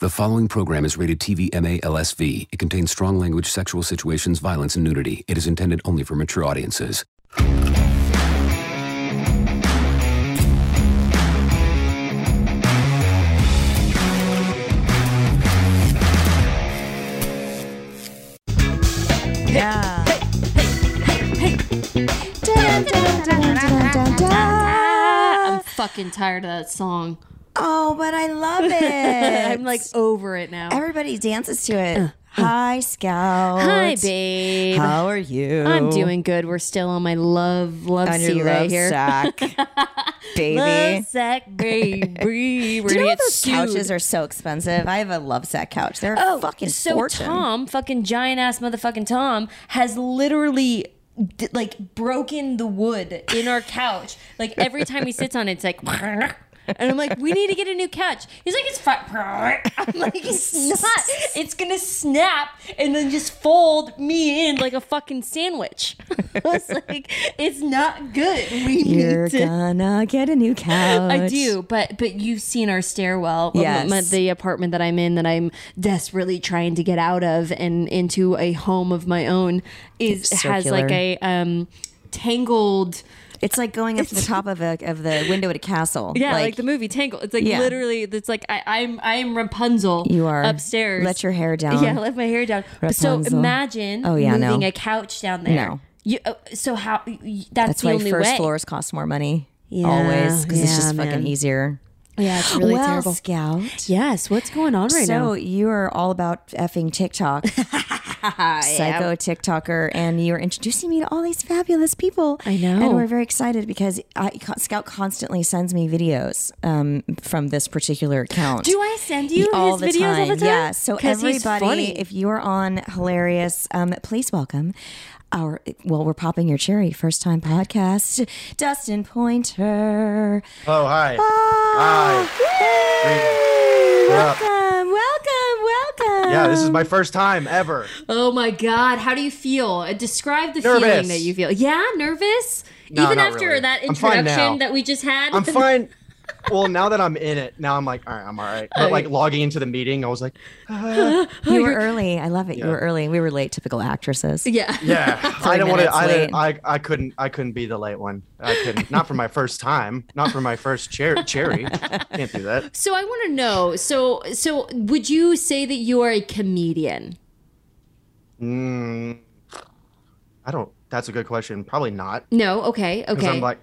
The following program is rated TV MALSV. It contains strong language, sexual situations, violence, and nudity. It is intended only for mature audiences. Yeah. I'm fucking tired of that song. Oh, but I love it. I'm like oh, over it now. everybody dances to it. Hi, Scout. uh. Hi, babe. How are you? I'm doing good. We're still on my love, love on your seat love right here. sack, baby. Love sack, baby. We're Do you gonna know get those sued. couches are so expensive? I have a love sack couch. They're a fucking Oh, so fortune. Tom, fucking giant ass motherfucking Tom, has literally d- like broken the wood in our couch. Like every time he sits on it, it's like. And I'm like, we need to get a new couch. He's like, it's fine. I'm like, it's not. It's gonna snap and then just fold me in like a fucking sandwich. I was like, it's not good. We You're need to. gonna get a new couch. I do, but but you've seen our stairwell, well, Yes. my- the apartment that I'm in that I'm desperately trying to get out of and into a home of my own is has Circular. like a um tangled It's like going up to the top of a of the window at a castle. yeah like, the movie Tangled. It's like Yeah. literally it's like I, I'm I'm Rapunzel. You are upstairs. Let your hair down. Yeah, let my hair down. So Rapunzel. imagine Oh, yeah, no. moving a couch down there. No. You, uh, so how? y- y- That's, That's the why only first way. floors cost more money. Yeah, always because it's yeah, just fucking man. easier. Yeah, it's really well, terrible. Scout. Yes, what's going on right now? So you are all about effing TikTok, psycho TikToker, and you are introducing me to all these fabulous people. I know. and we're very excited because I, Scout constantly sends me videos um, from this particular account. Do I send you all his the videos time. all the time? Yeah. So 'Cause he's everybody, funny. if you are on hilarious, um, please welcome our well, we're popping your cherry first time podcast, Dustin Pointer. Oh, hi. Ah, yay! What up? Welcome, welcome, welcome. Yeah, this is my first time ever. oh my god, how do you feel? Uh, Describe the feeling Nervous. that you feel. Yeah, nervous. No, Even not after really. that I'm fine now. introduction that we just had. I'm fine. well, now that I'm in it, now I'm like, all right, I'm all right. But like logging into the meeting, I was like, Oh, you were early. I love it. You were early. We were late, typical actresses. yeah. yeah, I don't want to. minutes I, didn't- late. I I couldn't. I couldn't be the late one. I couldn't. Not for my first time. Not for my first cher- cherry. Can't do that. So I want to know. So so would you say that you are a comedian? Mm, I don't. That's a good question. Probably not. No. Okay. 'cause Okay. I'm like,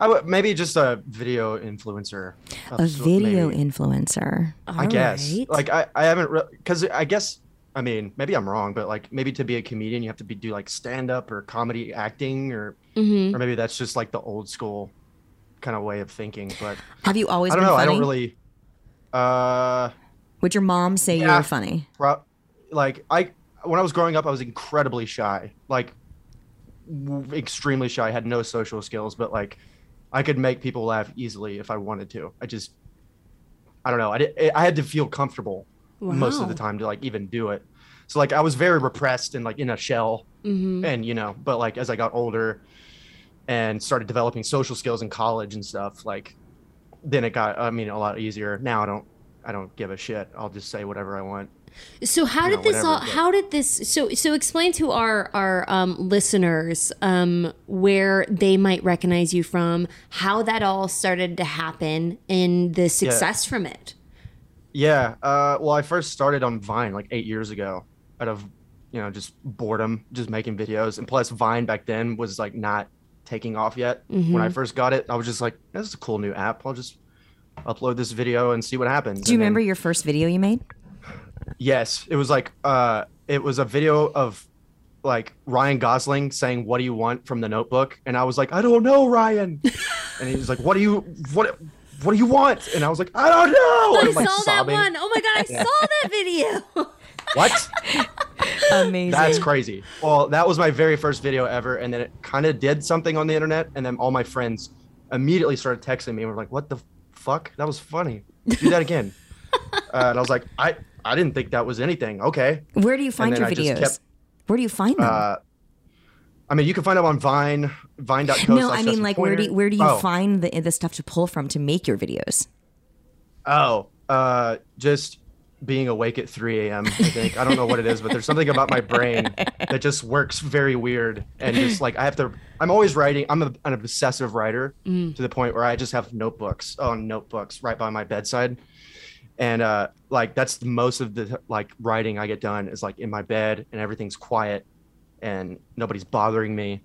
I would maybe just a video influencer. A video influencer. I guess. Like I, I haven't because I guess I mean maybe I'm wrong, but like maybe to be a comedian you have to be do like stand up or comedy acting or Mm-hmm. or maybe that's just like the old school kind of way of thinking. But Have you always I don't been know. funny? I don't really. Uh, Would your mom say you Yeah. were funny? pro- like I when I was growing up, I was incredibly shy, like w- extremely shy. I had no social skills, but like I could make people laugh easily if I wanted to. I just I don't know. I did, I had to feel comfortable most of the Wow. time to like even do it. So like I was very repressed and like in a shell, and you know. But like as I got older and started developing social skills in college and stuff, like then it got I mean a lot easier. Now I don't I don't give a shit. I'll just say whatever I want. So how did you know, this whatever, all? but- How did this? So so explain to our our um, listeners um, where they might recognize you from, how that all started to happen, and the success from it. Yeah. Uh, well, I first started on Vine like eight years ago, out of you know just boredom, just making videos. And plus, Vine back then was like not taking off yet. When I first got it, I was just like, "This is a cool new app. I'll just upload this video and see what happens." Do you And then- remember your first video you made? Yes, it was like uh, it was a video of like Ryan Gosling saying, "What do you want from the Notebook?" And I was like, "I don't know, Ryan." and he was like, "What do you what?" what do you want? And I was like, I don't know. I And I'm, like, saw sobbing. that one. Oh my god, I saw that video. What? Amazing. That's crazy. Well, that was my very first video ever, and then it kind of did something on the internet, and then all my friends immediately started texting me and were like, "What the fuck? That was funny. Do that again." uh, and I was like, "I I didn't think that was anything." Okay. Where do you find then your I just videos? kept- Where do you find them? Uh, I mean, you can find them on Vine, Vine.co. no, slash I mean Justin like where do Pointer. you, where do you Oh. find the the stuff to pull from to make your videos? Oh, uh, just being awake at 3 a.m. I think I don't know what it is, but there's something about my brain that just works very weird and just like I have to. I'm always writing. I'm a, an obsessive writer to the point where I just have notebooks on notebooks right by my bedside, and uh, like that's the most of the like writing I get done is like in my bed and everything's quiet and nobody's bothering me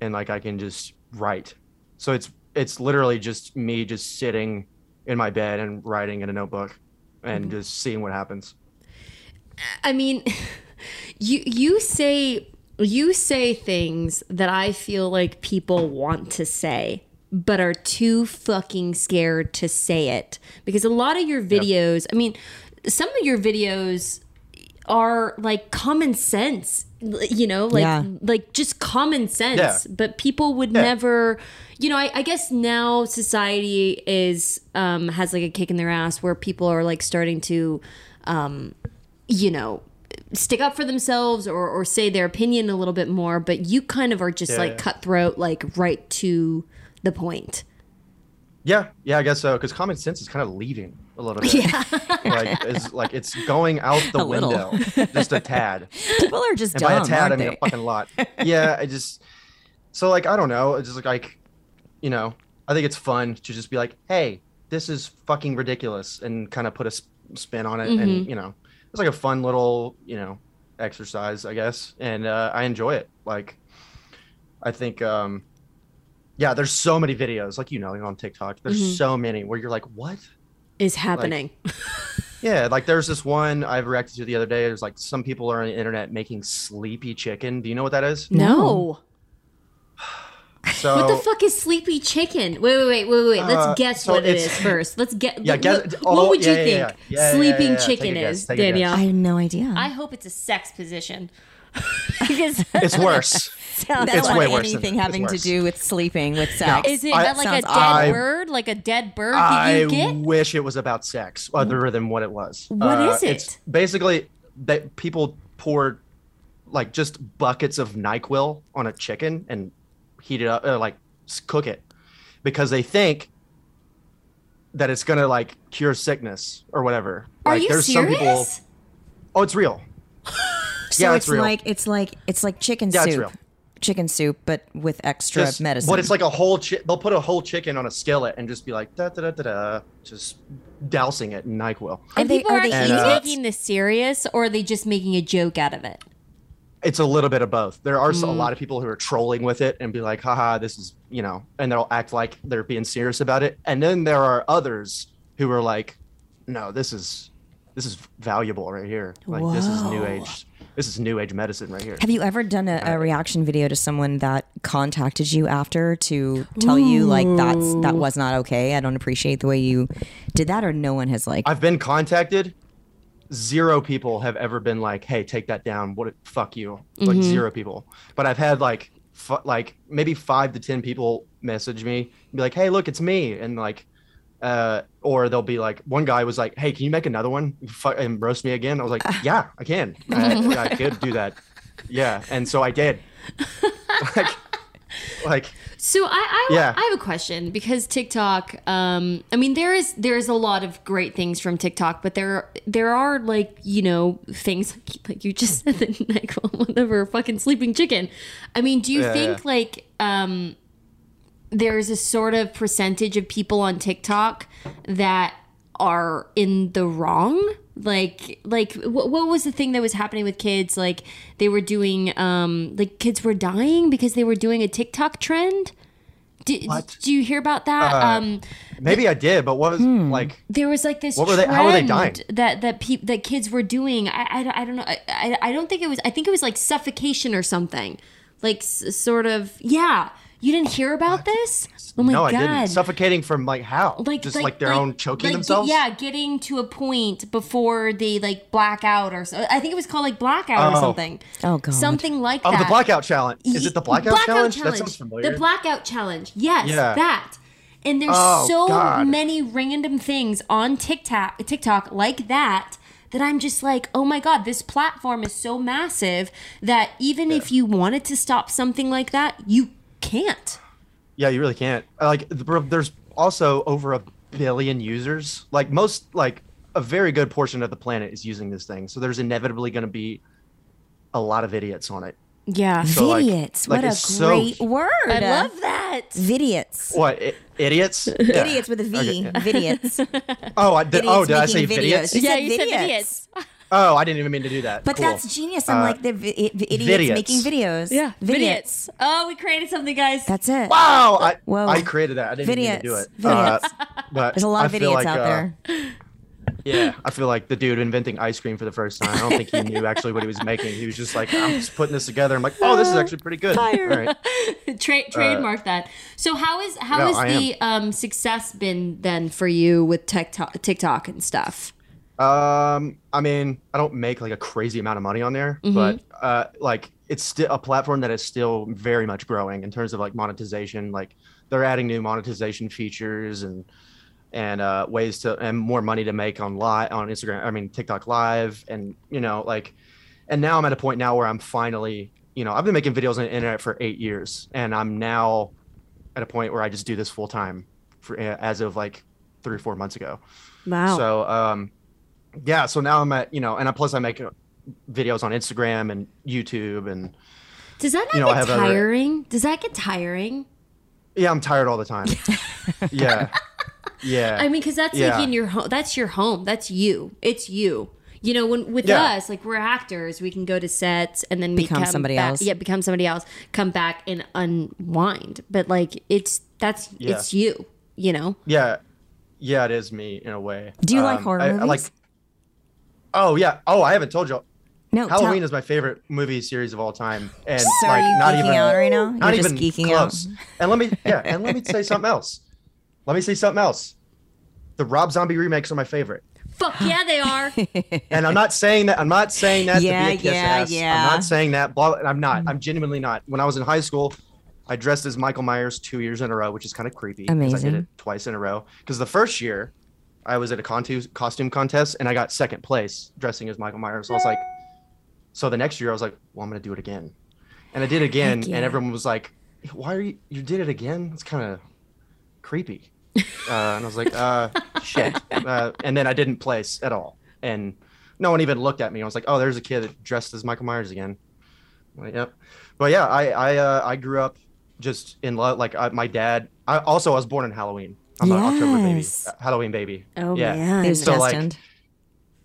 and like I can just write. So it's it's literally just me just sitting in my bed and writing in a notebook and just seeing what happens. I mean, you you say you say things that I feel like people want to say but are too fucking scared to say it because a lot of your videos, I mean, some of your videos are like common sense, you know, like Yeah. like just common sense, Yeah. but people would never you know, I, I guess now society is um has like a kick in their ass where people are like starting to you know stick up for themselves or or say their opinion a little bit more but you kind of are just like yeah. cutthroat like right to the point Yeah, yeah, I guess so. Because common sense is kind of leaving a little bit. Yeah, like it's like it's going out the little. window just a tad. People are just And dumb, by a tad, I aren't mean they? a fucking lot. Yeah, I just so like I don't know. It's just like you know, I think it's fun to just be like, hey, this is fucking ridiculous, and kind of put a s- spin on it, Mm-hmm. and you know, it's like a fun little you know exercise, I guess, and uh, I enjoy it. Like, I think. um yeah, there's so many videos, like you know, on TikTok. There's Mm-hmm. so many where you're like, "What? is happening Yeah, like there's this one I reacted to the other day. There's like some people are on the internet making sleepy chicken. Do you know what that is? no So what the fuck is sleepy chicken wait wait wait wait wait let's Oh. Uh, guess so what it it's- is first let's get Yeah, what- guess- what, oh, what would you yeah, yeah, think yeah. Yeah, yeah, sleeping yeah, yeah. Take chicken a guess, is take a guess. danielle I have no idea. I hope it's a sex position. because It's worse. That's It's not way worse than- anything it's having to worse. do with sleeping with sex. is it I- like a dead Sounds awful. bird? Like a dead bird? Did I you get? wish it was about sex, other than what it was. What What is is it? basically, that people pour like just buckets of Nyquil on a chicken and heat it up, uh, like s- cook it, because they think that it's gonna like cure sickness or whatever. are like, you there's serious some people. Oh, it's real. so yeah, it's, it's real. like it's like it's like chicken Yeah, it's soup. real. Chicken soup, but with extra Just- medicine. But it's like a whole chi- they'll put a whole chicken on a skillet and just be like da da da da da, just dousing it in Nyquil. are they, People are are they And, eating uh, it? taking this serious, or are they just making a joke out of it? It's a little bit of both. There are s- a lot of people who are trolling with it and be like, haha, this is you know, and they'll act like they're being serious about it. And then there are others who are like, no, this is this is valuable right here. Like this is new age. This is new age medicine right here. Have you ever done a, a reaction video to someone that contacted you after to tell you like that's that was not okay? I don't appreciate the way you did that, or no one has like I've been contacted. Zero people have ever been like, "Hey, take that down." What? Fuck you. Like zero people. But I've had like, f- like maybe five to ten people message me and be like, "Hey, look, it's me," and like, uh, or they'll be like, one guy was like, "Hey, can you make another one Fu- and roast me again?" I was like, "Yeah, I can. I, I could do that." Yeah, and so I did. like, like, So I, I, Yeah. I have a question because TikTok. Um, I mean, there is there is a lot of great things from TikTok, but there there are like you know things like, like you just said the Nyquil, whatever, fucking sleeping chicken. I mean, do you Yeah, think yeah. like um, there's a sort of percentage of people on TikTok that are in the wrong? Like, like what, what was the thing that was happening with kids? Like they were doing, um, like kids were dying because they were doing a TikTok trend. Do, What? Uh-huh. do you hear about that? um, maybe I did, but what was like? there was like this. What were they- how were they trend dying? That that peop that kids were doing. I, I, I don't know. I, I I don't think it was. I think it was like suffocation or something. Like s- sort of yeah. You You didn't hear about this? Oh my no, god. I didn't. Suffocating from like how? like just like, their own choking like, themselves. Yeah, getting to a point before they like black out or so. I think it was called like blackout or Oh. something. Oh, God. something like Oh, that. the blackout challenge. Is it the blackout, challenge? That sounds familiar. The blackout challenge. Yes, Yeah. that. And there's Oh, so God. many random things on TikTok, TikTok like that that I'm just like, oh my God, this platform is so massive that even if you wanted to stop something like that, you can't. yeah, you really can't. Uh, Like, th- bro, there's also over a billion users. Like most, like a very good portion of the planet is using this thing. So there's inevitably going to be a lot of idiots on it. Yeah, So, like- Vidiots. like, what it's a so- great word. I love that. Vidiots. What I- idiots? Yeah. Idiots with a V. Okay, yeah. Vidiots. Oh, I did. Oh, Idiots did I say making videos. idiots? You yeah, said you said vidiots. idiots. Oh, I didn't even mean to do that. But Cool. that's genius. I'm Uh, like the vi- i- idiots, vidiots. making videos. Yeah, Vidiots. idiots. Oh, we created something, guys. That's it. Wow, I, Whoa. I created that. I didn't mean to do Vidiots. it. Uh, but There's a lot of I feel idiots like, out uh, there. Yeah, I feel like the dude inventing ice cream for the first time. I don't think he knew actually what he was making. He was just like, I'm just putting this together. I'm like, oh, this is actually pretty good. All right. Tra- trademark that. So how is how no, has Uh, I the um, success been then for you with TikTok, TikTok and stuff? Um, I mean, I don't make like a crazy amount of money on there, but uh, like it's still a platform that is still very much growing in terms of like monetization. Like they're adding new monetization features and and uh, ways to and more money to make on live on Instagram. I mean TikTok Live, and you know like, and now I'm at a point now where I'm finally you know I've been making videos on the internet for eight years, and I'm now at a point where I just do this full time for as of like three or four months ago. Wow. So um, yeah. So now I'm at you know, and I, plus I make uh, videos on Instagram and YouTube, and Does that not You know, I get have other- tiring? Does that get tiring? yeah, I'm tired all the time. yeah, yeah. I mean, because that's Yeah. like in your home. That's your home. That's you. It's you. You know, when with Yeah. us, like we're actors, we can go to sets and then we Become come somebody back- else. Yeah, become somebody else. Come back and unwind. But like, it's that's Yeah. it's you. You know. yeah, yeah. It is me in a way. Do you like Um, horror I- I movies? like- oh yeah. Oh, I haven't told you. no, Oh, tell- Halloween is my favorite movie series of all time, and So like are you not geeking even out right now? not You're even just geeking close. out. And let me yeah, and let me say something else. Let me say something else. The Rob Zombie remakes are my favorite. Fuck yeah, they are. and I'm not saying that. I'm not saying that Yeah, to be a kiss yeah, ass. yeah. Mm. I'm not saying that. Blah, blah, I'm not. I'm genuinely not. When I was in high school, I dressed as Michael Myers two years in a row, which is kind of creepy. 'cause I Amazing. did it twice in a row. Because the first year, I was at a contu- costume contest and I got second place dressing as Michael Myers. So I was like, so the next year I was like, well, I'm gonna do it again, and I did it again, and everyone was like, why are you? You did it again? It's kind of creepy. Uh, and I was like, uh, shit. Uh, and then I didn't place at all. And no one even looked at me. I was like, oh, there's a kid that dressed as Michael Myers again. I'm like, yep. But yeah, I I, uh, I grew up just in love. Like I, my dad. I also I was born in Halloween. I'm an October baby. Yes. uh, Halloween baby. Oh yeah. man. It was So, like, destined.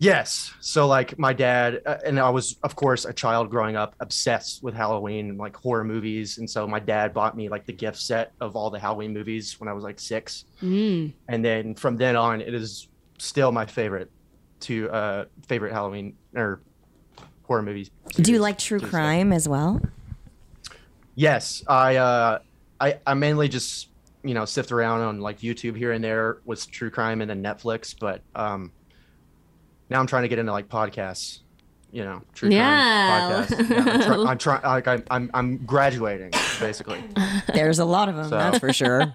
Yes. So like my dad uh, and I was of course a child growing up obsessed with Halloween and like horror movies and so my dad bought me like the gift set of all the Halloween movies when I was like 6. And then from then on it is still my favorite to uh favorite Halloween or horror movies. Do you like true Tuesday. crime as well? Yes, I uh I I mainly just, you know, sift around on like YouTube here and there with true crime and then Netflix, but um now I'm trying to get into like podcasts, you know, true Yeah. crime podcasts. Yeah, I'm trying like I'm, I'm I'm graduating basically. There's a lot of them, So- that's for sure.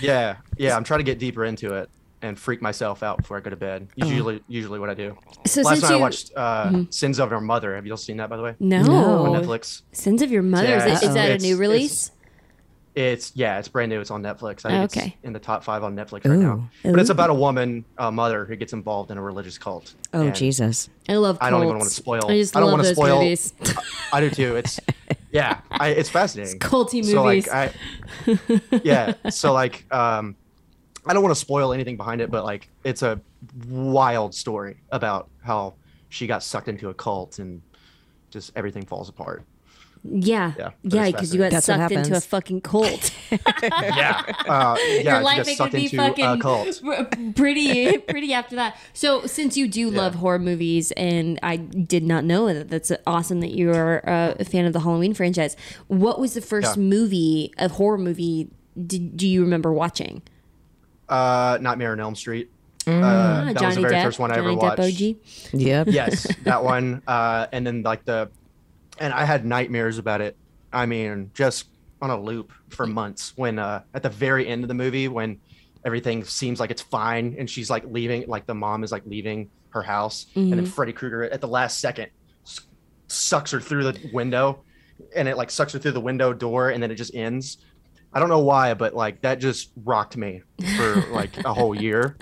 Yeah. Yeah, I'm trying to get deeper into it and freak myself out before I go to bed. Usually usually what I do. Oh. So since Last night I you- Mm-hmm. watched uh Sins of Our Mother. Have you all seen that by the way? No. On Netflix. Sins of Your Mother. Yeah, is, that- is it's- that a it's- new it's- release? It's yeah, it's brand new. It's on Netflix. I think Okay. it's in the top five on Netflix right now. But it's about a woman, a mother, who gets involved in a religious cult. Oh And Jesus. I love. Cults. I don't even want to spoil. I just don't love want to those spoil. movies. I do too. It's yeah, I, it's fascinating. culty So like movies. I, yeah. So like um, I don't want to spoil anything behind it, but like it's a wild story about how she got sucked into a cult and just everything falls apart. Yeah. Yeah, that Yeah, is because you got That's what sucked into a happens. fucking cult. yeah, uh, yeah. Your she life gets it could sucked be into a fucking cult. r- pretty pretty after that. So since you do love horror movies, and I did not know that, that's awesome that you are uh, a fan of the Halloween franchise. What was the first Yeah. movie, a horror movie, did, do you remember watching? Uh, Nightmare on Elm Street. uh, that was the very first one I Mm, Johnny ever watched. Depp OG. Yep. yes, that one. Uh, and then like the, and I had nightmares about it. I mean, just on a loop Mm-hmm. for months. When uh, at the very end of the movie, when everything seems like it's fine, and she's like leaving, like the mom is like leaving her house, and Mm-hmm. then Freddy Krueger at the last second s- sucks her through the window, and it like sucks her through the window door, and then it just ends. I don't know why, but like that just rocked me for like a whole year.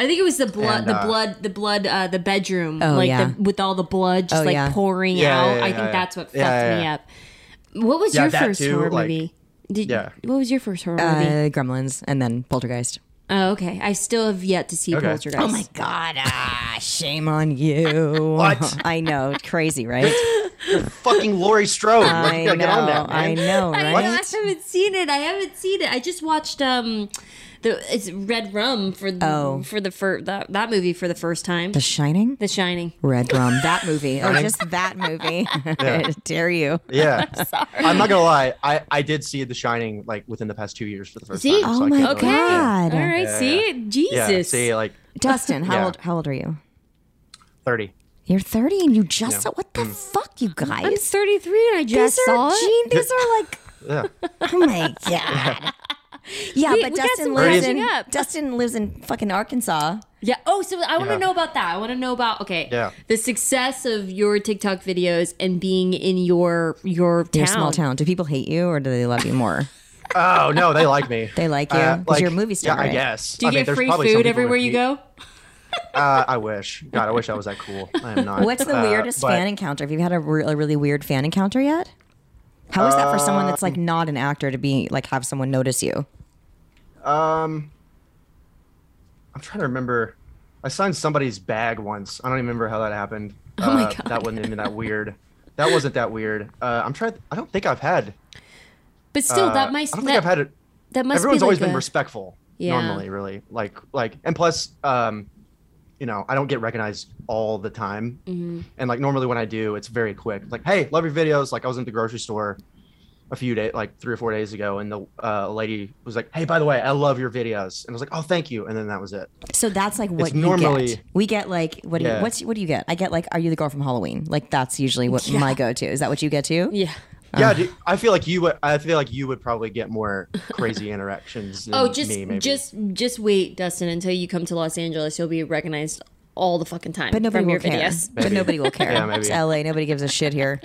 I think it was the blood, And, the uh, blood, the blood, uh, the bedroom, Oh, like yeah. the, with all the blood just Oh, like yeah. pouring Yeah, out. yeah, I yeah, think yeah. that's what fucked Yeah, yeah, me yeah. up. What was Yeah, your that first too, horror like- movie? Did, Yeah. What was your first horror Uh, movie? Gremlins and then Poltergeist. Oh, okay. I still have yet to see Okay. Poltergeist. Oh my god! Ah, shame on you. What? I know, crazy, right? Fucking Laurie Strode, like, I you gotta know, get on that, man. I know, I, right? know, I haven't seen it. I haven't seen it. I just watched um the it's Red Rum for the, Oh. for the fir- that, that movie for the first time. The The, Shining, Shining. Red Rum, that movie, or just that movie. Dare you? Yeah. I'm, not gonna lie. I, I did see The Shining like within the past two years for the first See? time. Oh I my can't Okay. really- yeah. God. All right, see? Yeah. Jesus. See, like Dustin, how Yeah. old? How old are you? thirty. You're 30 and you just saw what Mm. the fuck, you guys? I'm 33 and I just these saw are it. gene- these are like Yeah. Oh my god. Yeah, We- but we got Dustin some lives catching in up. Dustin lives in fucking Arkansas. Yeah. Oh, so I want to Yeah. know about that. I want to know about okay, Yeah. the success of your TikTok videos and being in your your town. Your small town. Do people hate you or do they love you more? Oh no, they like me. Uh, They like you? 'Cause you're a movie star, Yeah, I right? guess. Do you I mean, get there's free probably some food people everywhere that you hate- go? Uh, I wish. God, I wish I was that cool. I am not. What's the Uh, weirdest but- fan encounter? Have you had a, re- a really weird fan encounter yet? How is that for someone that's Um, like not an actor to be like have someone notice you? um, I'm trying to remember. I signed somebody's bag once. I don't even remember how that happened. Oh my God. That wasn't even that weird. That wasn't that weird. Uh, I'm trying. I don't think I've had. But still, uh, that might I don't that, think I've had it. that must everyone's be like always a- been respectful Yeah. normally really like like and plus um you know i don't get recognized all the time Mm-hmm. and like normally when i do it's very quick like hey love your videos like i was in the grocery store a few days like three or four days ago and the uh, lady was like hey by the way i love your videos and i was like oh thank you and then that was it So that's like what It's you normally- get. We get like what do you Yeah. what's what do you get? I get like are you the girl from Halloween? Like that's usually what my go to. Is that what you get too? Yeah. yeah dude, i feel like you would i feel like you would probably get more crazy interactions than Oh, just me maybe just just wait, Dustin, until you come to Los Angeles, you'll be recognized all the fucking time But nobody from your will care. videos. But nobody will care. Yeah, maybe. It's LA. Nobody gives a shit here.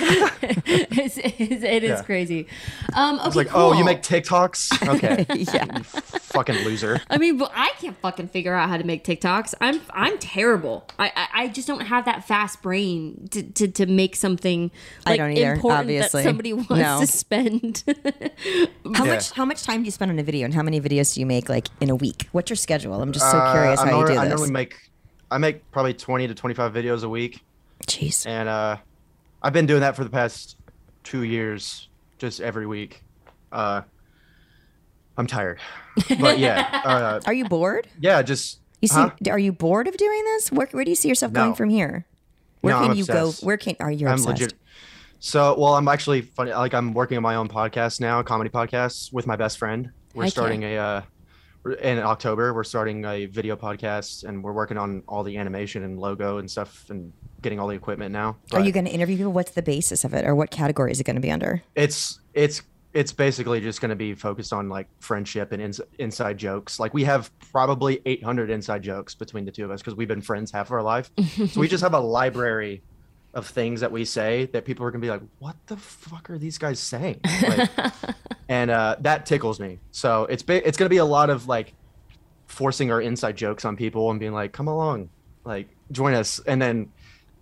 it's, it's, it is Yeah. crazy. Um, okay, it's like oh you make tiktoks okay yeah fucking loser I mean, but I can't fucking figure out how to make TikToks. I'm I'm terrible. I I, I just don't have that fast brain to to, to make something. I Like, don't either, Important obviously. that somebody wants No. to spend. How much how much time do you spend on a video and how many videos do you make like in a week? What's your schedule? I'm just so Uh, curious I how you normally- do I this. normally make I make probably 20 to 25 videos a week Jeez. and uh I've been doing that for the past 2 years just every week. Uh I'm tired. But yeah, uh Are you bored? yeah, just You see Huh? are you bored of doing this? Where where do you see yourself going No. from here? Where No, can I'm you obsessed. go? Where can are you I'm obsessed? legit so well i'm actually funny like i'm working on my own podcast now a comedy podcast with my best friend we're Okay. starting a uh we're- in october we're starting a video podcast and we're working on all the animation and logo and stuff and getting all the equipment now Are but- you going to interview people? What's the basis of it, or what category is it going to be under? it's it's it's basically just going to be focused on like friendship and ins- inside jokes. Like we have probably 800 inside jokes between the two of us because we've been friends half of our life. so we just have a library of things that we say that people are going to be like, "What the fuck are these guys saying?" Like, and uh, that tickles me. So it's ba- it's going to be a lot of like forcing our inside jokes on people and being like, "Come along, like join us," and then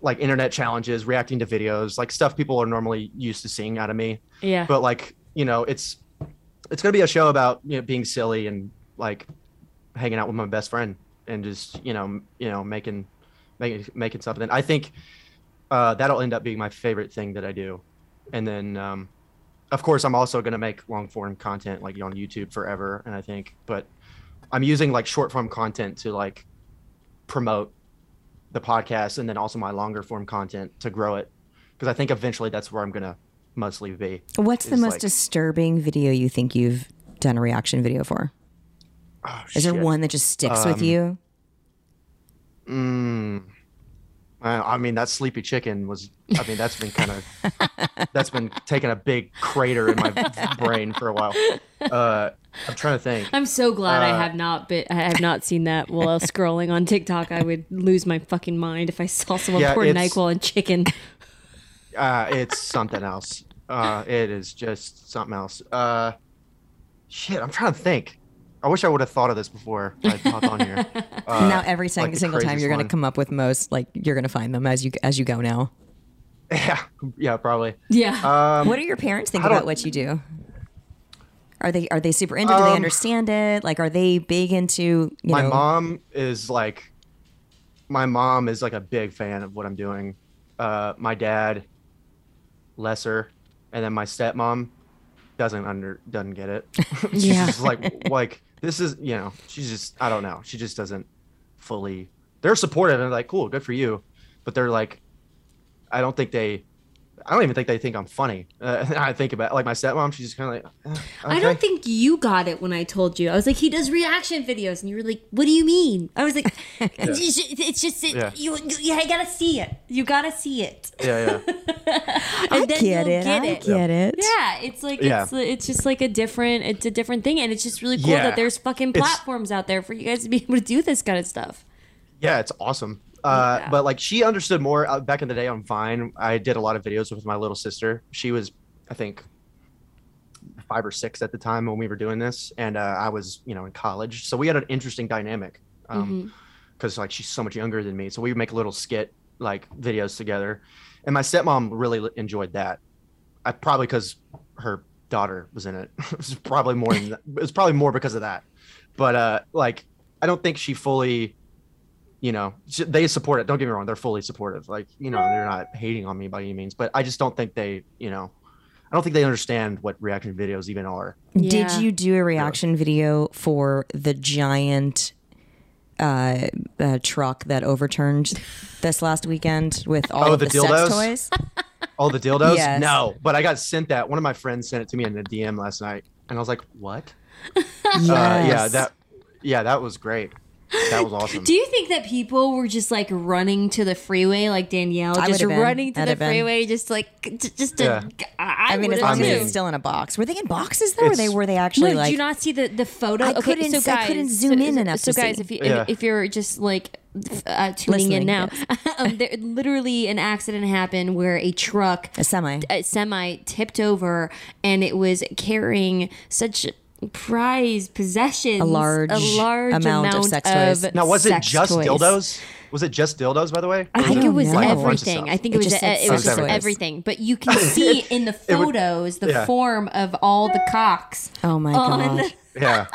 like internet challenges, reacting to videos, like stuff people are normally used to seeing out of me yeah. but like you know it's it's gonna be a show about you know being silly and like hanging out with my best friend and just you know m- you know making making making something i think uh that'll end up being my favorite thing that i do and then um, of course i'm also going to make long form content like on youtube forever and i think but i'm using like short form content to like promote the podcast and then also my longer form content to grow it because i think eventually that's where i'm going to mostly be What's the is, most like- disturbing video you think you've done a reaction video for? Oh, Is there shit. Um, one that just sticks with you? Uh, I mean, that sleepy chicken was. I mean, that's been kind of that's been taking a big crater in my brain for a while. Uh, I'm trying to think. I'm so glad uh, I have not been. I have not seen that while I was scrolling on TikTok. I would lose my fucking mind if I saw someone Yeah, pour it's- Nyquil and chicken. Uh, it's something else. Uh, it is just something else. Uh, shit, I'm trying to think. I wish I would have thought of this before I popped on here. Uh, now every sing- like the single time craziest you're going one. to come up with most like you're going to find them as you as you go now. yeah, yeah, probably. Yeah. Uh, what do your parents think Um, I don't- about what you do? Are they are they super into? it? do they understand it? Like, are they big into you Um, my know? mom is like my mom is like a big fan of what i'm doing uh my dad lesser and then my stepmom doesn't under doesn't get it she's Yeah. just like like this is you know she's just i don't know she just doesn't fully they're supportive and like cool good for you but they're like i don't think they I don't even think they think I'm funny. Uh, I think about like my stepmom. She's just kind of like. "Eh, I okay." don't think you got it when I told you. I was like, he does reaction videos, and you were like, "What do you mean?" I was like, It's just, it's just it, Yeah. you, you. Yeah, you gotta see it. You gotta see it. Yeah, yeah. And I get it. I get it. Yeah, it's like Yeah. it's it's just like a different it's a different thing, and it's just really cool Yeah. that there's fucking It's- platforms out there for you guys to be able to do this kind of stuff. Yeah, it's awesome. Uh, But like she understood more uh, back in the day on Vine. I did a lot of videos with my little sister. She was, I think, five or six at the time when we were doing this, and uh, I was, you know, in college. So we had an interesting dynamic because like she's so much younger than me. So we would make little skit like videos together, and my stepmom really l- enjoyed that. I probably because her daughter was in it. it was probably more. Than that. It was probably more because of that. But uh, like, I don't think she fully you know s- they support it don't get me wrong they're fully supportive like you know they're not hating on me by any means but i just don't think they you know i don't think they understand what reaction videos even are Did Yeah. you do a reaction video for the giant uh, uh, truck that overturned this last weekend with all Oh, of the, the sex dildos? Uh, toys? all the dildos Yes. no but i got sent that one of my friends sent it to me in a dm last night and i was like what yes. uh, yeah that yeah that was great that was awesome "Do you think that people were just like running to the freeway, like Danielle, I just would've been. running to I'd the have been. freeway, just like j- just to?" Yeah. I, I mean, as would've long I as mean- it's still in a box. Were they in boxes though? Were they It's- were they actually Look, like? do you not see the the photo? I couldn't- so guys, I couldn't zoom so- in enough So to guys, see. if you Yeah. if you're just like f- uh, tuning in Listening, now, um, there literally an accident happened where a truck a semi. a semi tipped over and it was carrying such prize possessions a large amount of sex toys. now was it sex just toys. dildos was it just dildos by the way I Or think don't it was know. like a bunch of everything. stuff? I think It it was just uh, said it was sex just toys. everything. But you can see in the would- photos the yeah. form of all the cocks. Oh my on- god! Yeah.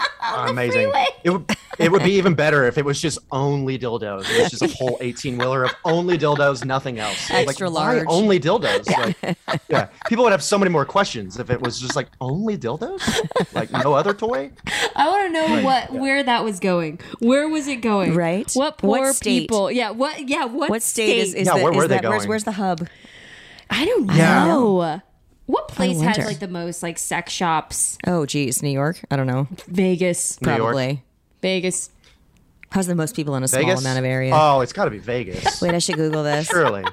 Amazing. It would it would be even better if it was just only dildos. It was just a whole 18 wheeler of only dildos, nothing else. It was Extra like, why large. only dildos. Like, yeah. People would have so many more questions if it was just like only dildos? Like no other toy? I want to know what where that was going. Where was it going? Right? What What poor state? people? Yeah. What? Yeah. What, What state is, is Yeah, the, where is were they that, Where's, going? where's the hub? I don't know. Yeah. What place has wonder. like the most like sex shops? Oh geez, New York. I don't know. Vegas. New York. Probably. Vegas. How's the most people in a small Vegas? amount of area? Oh, it's gotta be Vegas. Wait, I should Google this. Surely.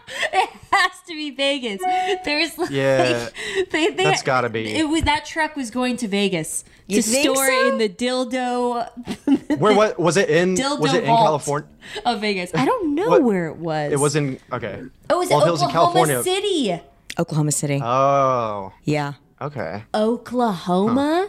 has to be Vegas. There's like, Yeah. they, they, That's gotta be. It was that truck was going to Vegas You to think store so? in the dildo Where was was it in Dildo was it in vault. California? of Vegas. I don't know What- where it was. Oh, It was in okay. It Oh, was Well, if it was in Oklahoma California- City, Oklahoma City. Oh, yeah. okay. Oklahoma.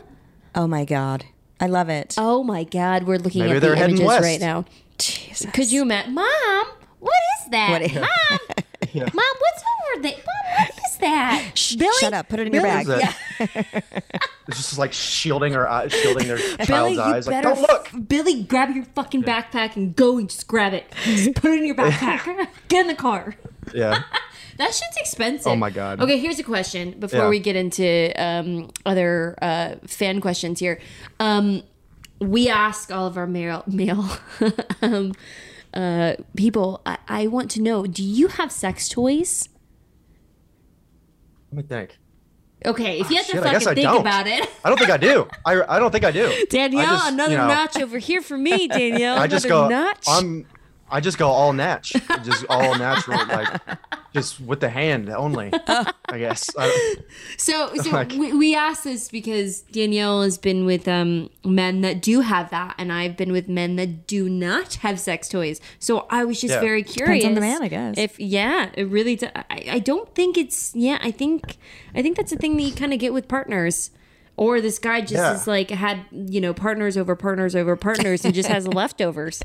Oh my god. I love it. Oh my God, we're looking Maybe at they're the heading images west. right now. Jesus. Could you imagine, Mom? What is that? What is- Mom, Mom, what's over there? Mom, what is that? Shh, Billy? Shut up. Put it in your What bag. is that? it's just like shielding her eyes shielding their child's eyes. Like, better don't look. f- Billy, grab your fucking backpack and go and just grab it. Just put it in your backpack. Get in the car. Yeah. That shit's expensive. Oh my God. Okay, here's a question before Yeah. we get into um, other uh, fan questions here. Um, we ask all of our male male um, uh, people. I, I want to know: Do you have sex toys? Let me think. Okay, if you had to Ah, Shit, I guess I fucking think don't. about it, I don't think I do. I, I don't think I do. Danielle, I just, you another know, notch over here for me, Danielle. I just another go. notch. I'm. I just go all natch, just all natural, like just with the hand only. Oh. I guess. I, so so Like- we, we ask this because Danielle has been with um, men that do have that, and I've been with men that do not have sex toys. So I was just Yeah. very curious. Depends on the man, I guess. If yeah, it really. Do- I, I don't think it's yeah. I think I think that's a thing that you kind of get with partners. Or this guy just Yeah. is like had you know partners over partners over partners and just has leftovers.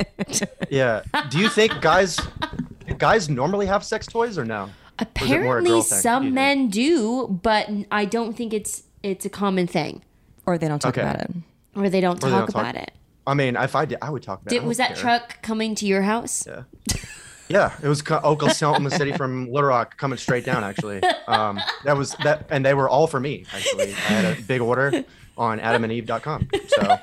yeah. Do you think guys, guys normally have sex toys or no? Uh, Or is it more a Apparently, girl thing, do some you think? men do, but I don't think it's it's a common thing, or they don't talk Okay. about it. or they don't Or talk they don't talk- about it. I mean, if I did, I would talk about. it. I Did, don't was that care. truck coming to your house? Yeah, it was co- Oklahoma City from Little Rock coming straight down. Actually, um, that was that, and they were all for me. Actually, I had a big order on AdamAndEve.com. So,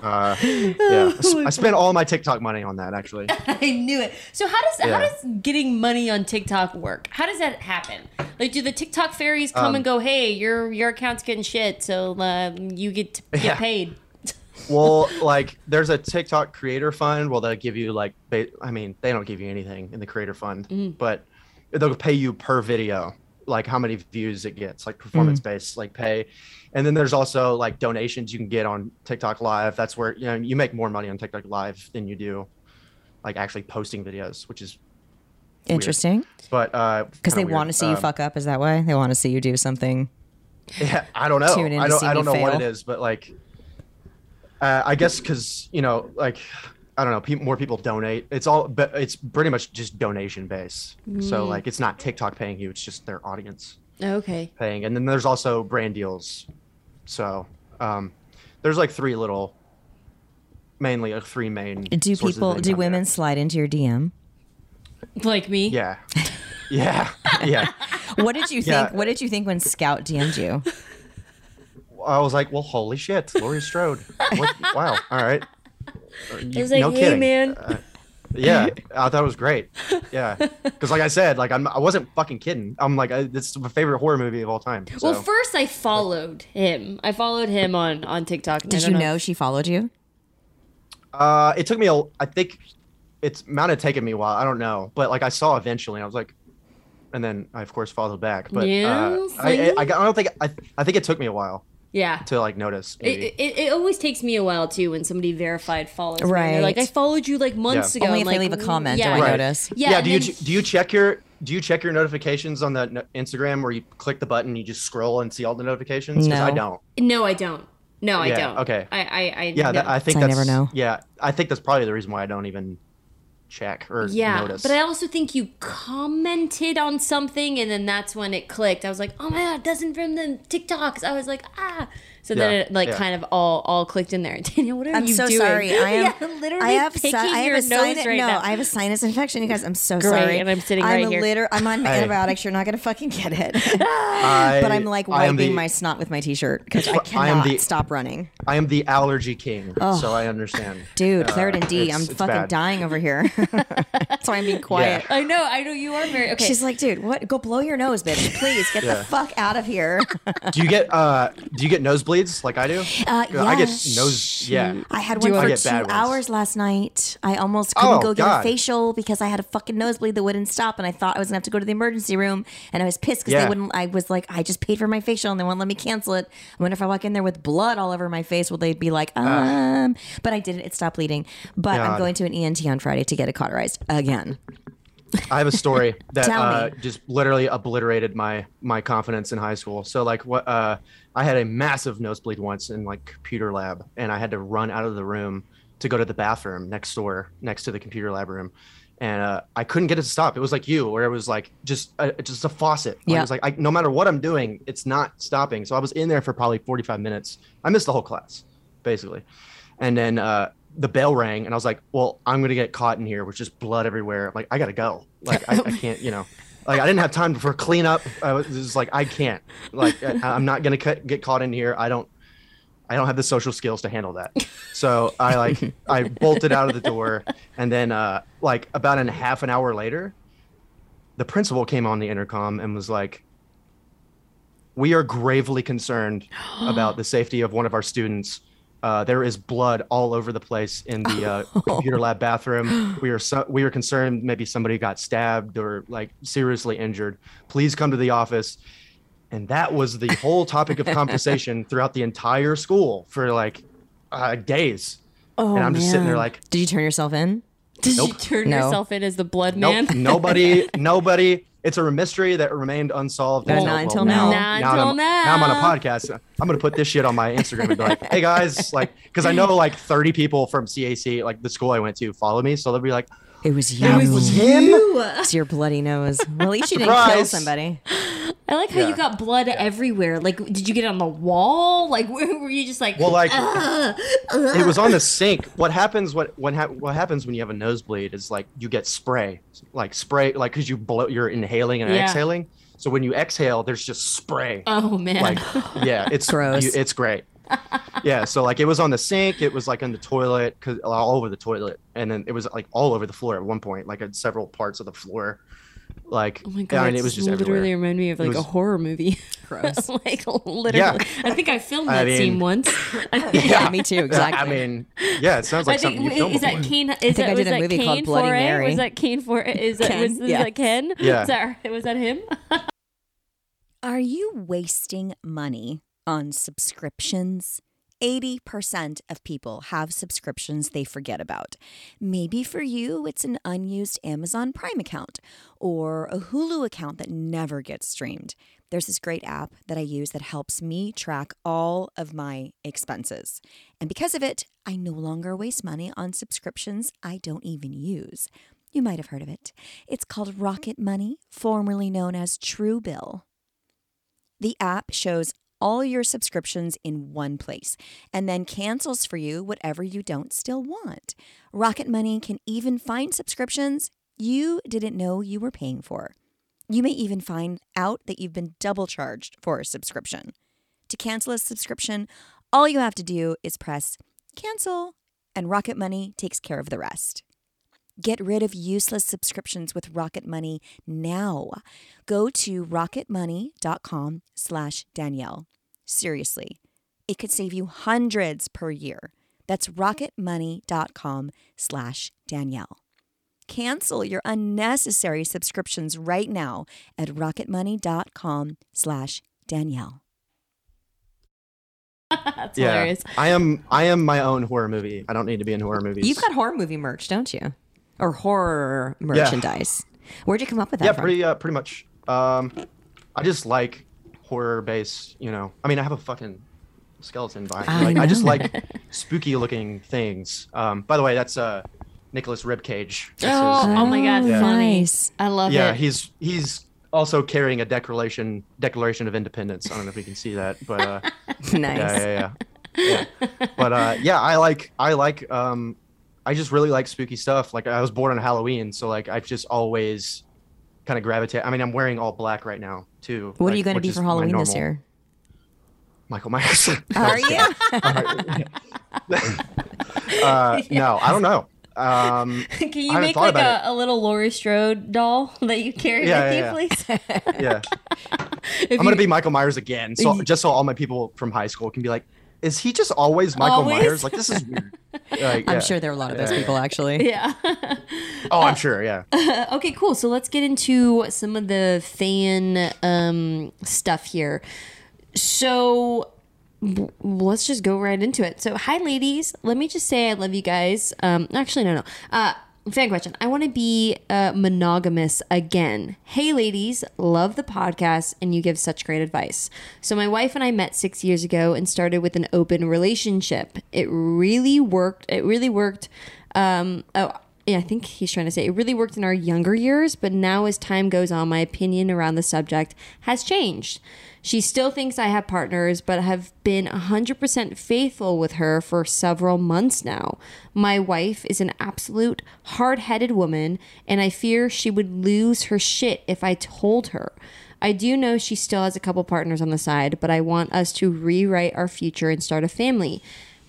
uh, yeah, I, s- I spent all my TikTok money on that. Actually, I knew it. So how does how Yeah. does getting money on TikTok work? How does that happen? Like, do the TikTok fairies come Um, and go? Hey, your your account's getting shit, so um, you get to get Yeah. paid. well, like there's a TikTok creator fund. Well, they give you like, ba- I mean, they don't give you anything in the creator fund, Mm-hmm. but they'll pay you per video, like how many views it gets, like performance Mm-hmm. based, like pay. And then there's also like donations you can get on TikTok Live. That's where you know you make more money on TikTok Live than you do, like actually posting videos, which is Interesting. but uh Because they want to see you fuck up. Is that why they want to see you do something? Yeah, I don't know. tune in I to don't. see I don't me know what fail. it is, but like, uh, I guess because you know, like, I don't know. Pe- more people donate. It's all, but it's pretty much just donation based. So Mm. like, it's not TikTok paying you. It's just their audience Okay. paying. And then there's also brand deals. So um, there's like three little, mainly uh, three main. Do sources of people? Do income there. women slide into your DM? Like me. Yeah, yeah, yeah. What did you think? Yeah. What did you think when Scout DM'd you? I was like, well, holy shit, Laurie Strode. What? wow. All right. I was like, no hey kidding. Uh, man, Yeah, I thought it was great. Yeah, because like I said, like I'm, I wasn't fucking kidding. I'm like, I, this is my favorite horror movie of all time. So. Well, first I followed him. I followed him on on TikTok. and I Did don't you know she followed you? uh, it took me a, I think, it's might have taken me a while. I don't know, but like I saw eventually, and I was like, and then I of course followed back. But Yeah, uh, I, I, I don't think I, I think it took me a while Yeah. to like notice. Maybe. It, it, it always takes me a while too when somebody verified follows me. and Right. They're like I followed you like months Yeah. ago. Only I'm if they like, "Mm, leave a comment do Yeah. I Right. notice. Yeah, Yeah. and do you then- do you check your do you check your notifications on the no- Instagram where you click the button, and you just scroll and see all the notifications? 'Cause I No. don't. No, I don't. No, I Yeah, don't. okay. I, I, I Yeah, no. that, I think I that's, never know. Yeah, I think that's probably the reason why I don't even check or yeah. notice. But I also think you commented on something, and then that's when it clicked. I was like, oh my god, doesn't from the TikToks. I was like, ah. So Yeah, then it like yeah. kind of all all clicked in there. Daniel, what are I'm you so doing? sorry. I am Yeah, literally I have picking si- I have your a nose sinus. right no, now. I have a sinus infection, you guys. I'm so sorry. and I'm sitting I'm right a here. Liter- I'm on Hey. antibiotics. You're not gonna fucking get it. I- but I'm like I wiping am the- my snot with my t-shirt because I I am cannot the- stop running. I am the allergy king, so I understand. Oh. Dude, Uh, Claritin D, it's- I'm it's fucking bad. dying over here. That's why I'm being quiet. Yeah. I know. I know you are very okay. She's like, dude, what? Go blow your nose, bitch. Please get the Yeah. fuck out of here. Do you get uh do you get nosebleeds like I do? Uh, I get yes. nose yeah. I had Do one I for get two bad ones? hours last night. I almost couldn't Oh, go get a God. facial because I had a fucking nosebleed that wouldn't stop, and I thought I was gonna have to go to the emergency room, and I was pissed because they Yeah. wouldn't. I was like, I just paid for my facial, and they won't let me cancel it. I wonder if I walk in there with blood all over my face, will they be like, um? But I didn't. It stopped bleeding. But I'm Ah. God. going to an ENT on Friday to get it cauterized again. I have a story that Tell uh, me. just literally obliterated my my confidence in high school. So like what uh, I had a massive nosebleed once in like computer lab, and I had to run out of the room to go to the bathroom next door, next to the computer lab room, and uh, I couldn't get it to stop. It was like you, where it was like just uh, just a faucet. Like, Yeah. It was like I, no matter what I'm doing, it's not stopping. So I was in there for probably 45 minutes. I missed the whole class, basically. And then uh, the bell rang, and I was like, "Well, I'm gonna get caught in here with just blood everywhere. Like, I gotta go. Like, I, I can't, you know." Like I didn't have time for cleanup. I was just like, I can't. Like I, I'm not gonna cut, get caught in here. I don't. I don't have the social skills to handle that. So I like I bolted out of the door, and then uh, like about an half an hour later, the principal came on the intercom and was like, "We are gravely concerned about the safety of one of our students. Uh, there is blood all over the place in the uh, computer lab bathroom. We are so- we are concerned maybe somebody got stabbed or like seriously injured. Please come to the office." and that was the whole topic of conversation throughout the entire school for like uh, days. Oh, and I'm just sitting there like, Did you turn yourself in? Did you turn No. yourself in as the blood man? nope, nobody, nobody. It's a mystery that remained unsolved Not until now. Not that until I'm, now. now I'm on a podcast. I'm gonna put this shit on my Instagram and be like, "Hey guys, like, because I know like 30 people from CAC, like the school I went to, follow me, so they'll be like, "Oh, It was you. "It was him." It's your bloody nose. Well, at least you didn't kill Surprise. somebody. I like how you got blood everywhere. Like, did you get it on the wall? Like, where were you just like, Well, like it was on the sink. What happens? What when hap what happens when you have a nosebleed is like you get spray, like spray, like because you blow, you're inhaling and Yeah. exhaling. So when you exhale, there's just spray. oh man, Like yeah, it's Gross. you- it's great. Yeah, so like it was on the sink, it was like on the toilet, cause uh, all over the toilet, and then it was like all over the floor at one point, like at several parts of the floor, like Oh my yeah, god, and it was just literally everywhere. reminded me of like a was- horror movie. Gross. like literally, Yeah. I think I filmed I that scene mean- once. Yeah, me too. Exactly. I mean, yeah, it sounds I like think something you wait, film is that Kane? Is think that I was did a that movie Kane called Bloody for it? Mary. Was that Kane for it? Is that Ken, was, was yeah. that Ken? Yeah. was that, was that him? Are you wasting money on subscriptions? 80% of people have subscriptions they forget about. Maybe for you, it's an unused Amazon Prime account or a Hulu account that never gets streamed. There's this great app that I use that helps me track all of my expenses. And because of it, I no longer waste money on subscriptions I don't even use. You might have heard of it. It's called Rocket Money, formerly known as Truebill. The app shows all your subscriptions in one place and then cancels for you whatever you don't still want. Rocket Money can even find subscriptions you didn't know you were paying for. You may even find out that you've been double charged for a subscription. To cancel a subscription, all you have to do is press cancel, and Rocket Money takes care of the rest. Get rid of useless subscriptions with Rocket Money now. Go to rocketmoney.com slash Danielle. Seriously, it could save you hundreds per year. That's rocketmoney.com slash Danielle. Cancel your unnecessary subscriptions right now at rocketmoney.com slash Danielle. That's Yeah, hilarious. I am. I am my own horror movie. I don't need to be in horror movies. You've got horror movie merch, don't you? Or horror merchandise. Where'd you come up with that yeah, from? pretty uh, pretty much. Um, I just like horror based. You know, I mean, I have a fucking skeleton vine. I Like, I just know. like spooky looking things. Um, by the way, that's uh Nicholas Ribcage. That's his- Oh, oh my god, Yeah. funny. Nice. I love yeah, it. he's he's also carrying a Declaration Declaration of Independence. I don't know if you can see that, but uh, nice. yeah, yeah, yeah. yeah. But uh, yeah, I like I like um, I just really like spooky stuff. Like I was born on Halloween, so like I've just always kind of gravitate. I mean, I'm wearing all black right now too. What are like, you going to which be is for my Halloween this normal- year? Michael Myers. Are you? uh, No, I don't know. Um, Can I you haven't make like thought a, about a little Laurie Strode doll that you carry Yeah, with yeah, you, please? yeah, I'm gonna be Michael Myers again. So just so all my people from high school can be like, is he just always Michael Always? Myers? Like this is weird. Like, yeah. I'm sure there are a lot of those people, actually. yeah. Oh, I'm sure. Yeah. okay, cool. So let's get into some of the fan um, stuff here. So w- let's just go right into it. So, hi, ladies. Let me just say I love you guys. Um, actually, no, no. Uh, fan question. I want to be uh, monogamous again. Hey, ladies. Love the podcast, and you give such great advice. So, my wife and I met six years ago and started with an open relationship. It really worked. It really worked. Um, oh, yeah, I think he's trying to say it really worked in our younger years, but now as time goes on, my opinion around the subject has changed. She still thinks I have partners, but have been 100% faithful with her for several months now. My wife is an absolute hard headed woman, and I fear she would lose her shit if I told her. I do know she still has a couple partners on the side, but I want us to rewrite our future and start a family.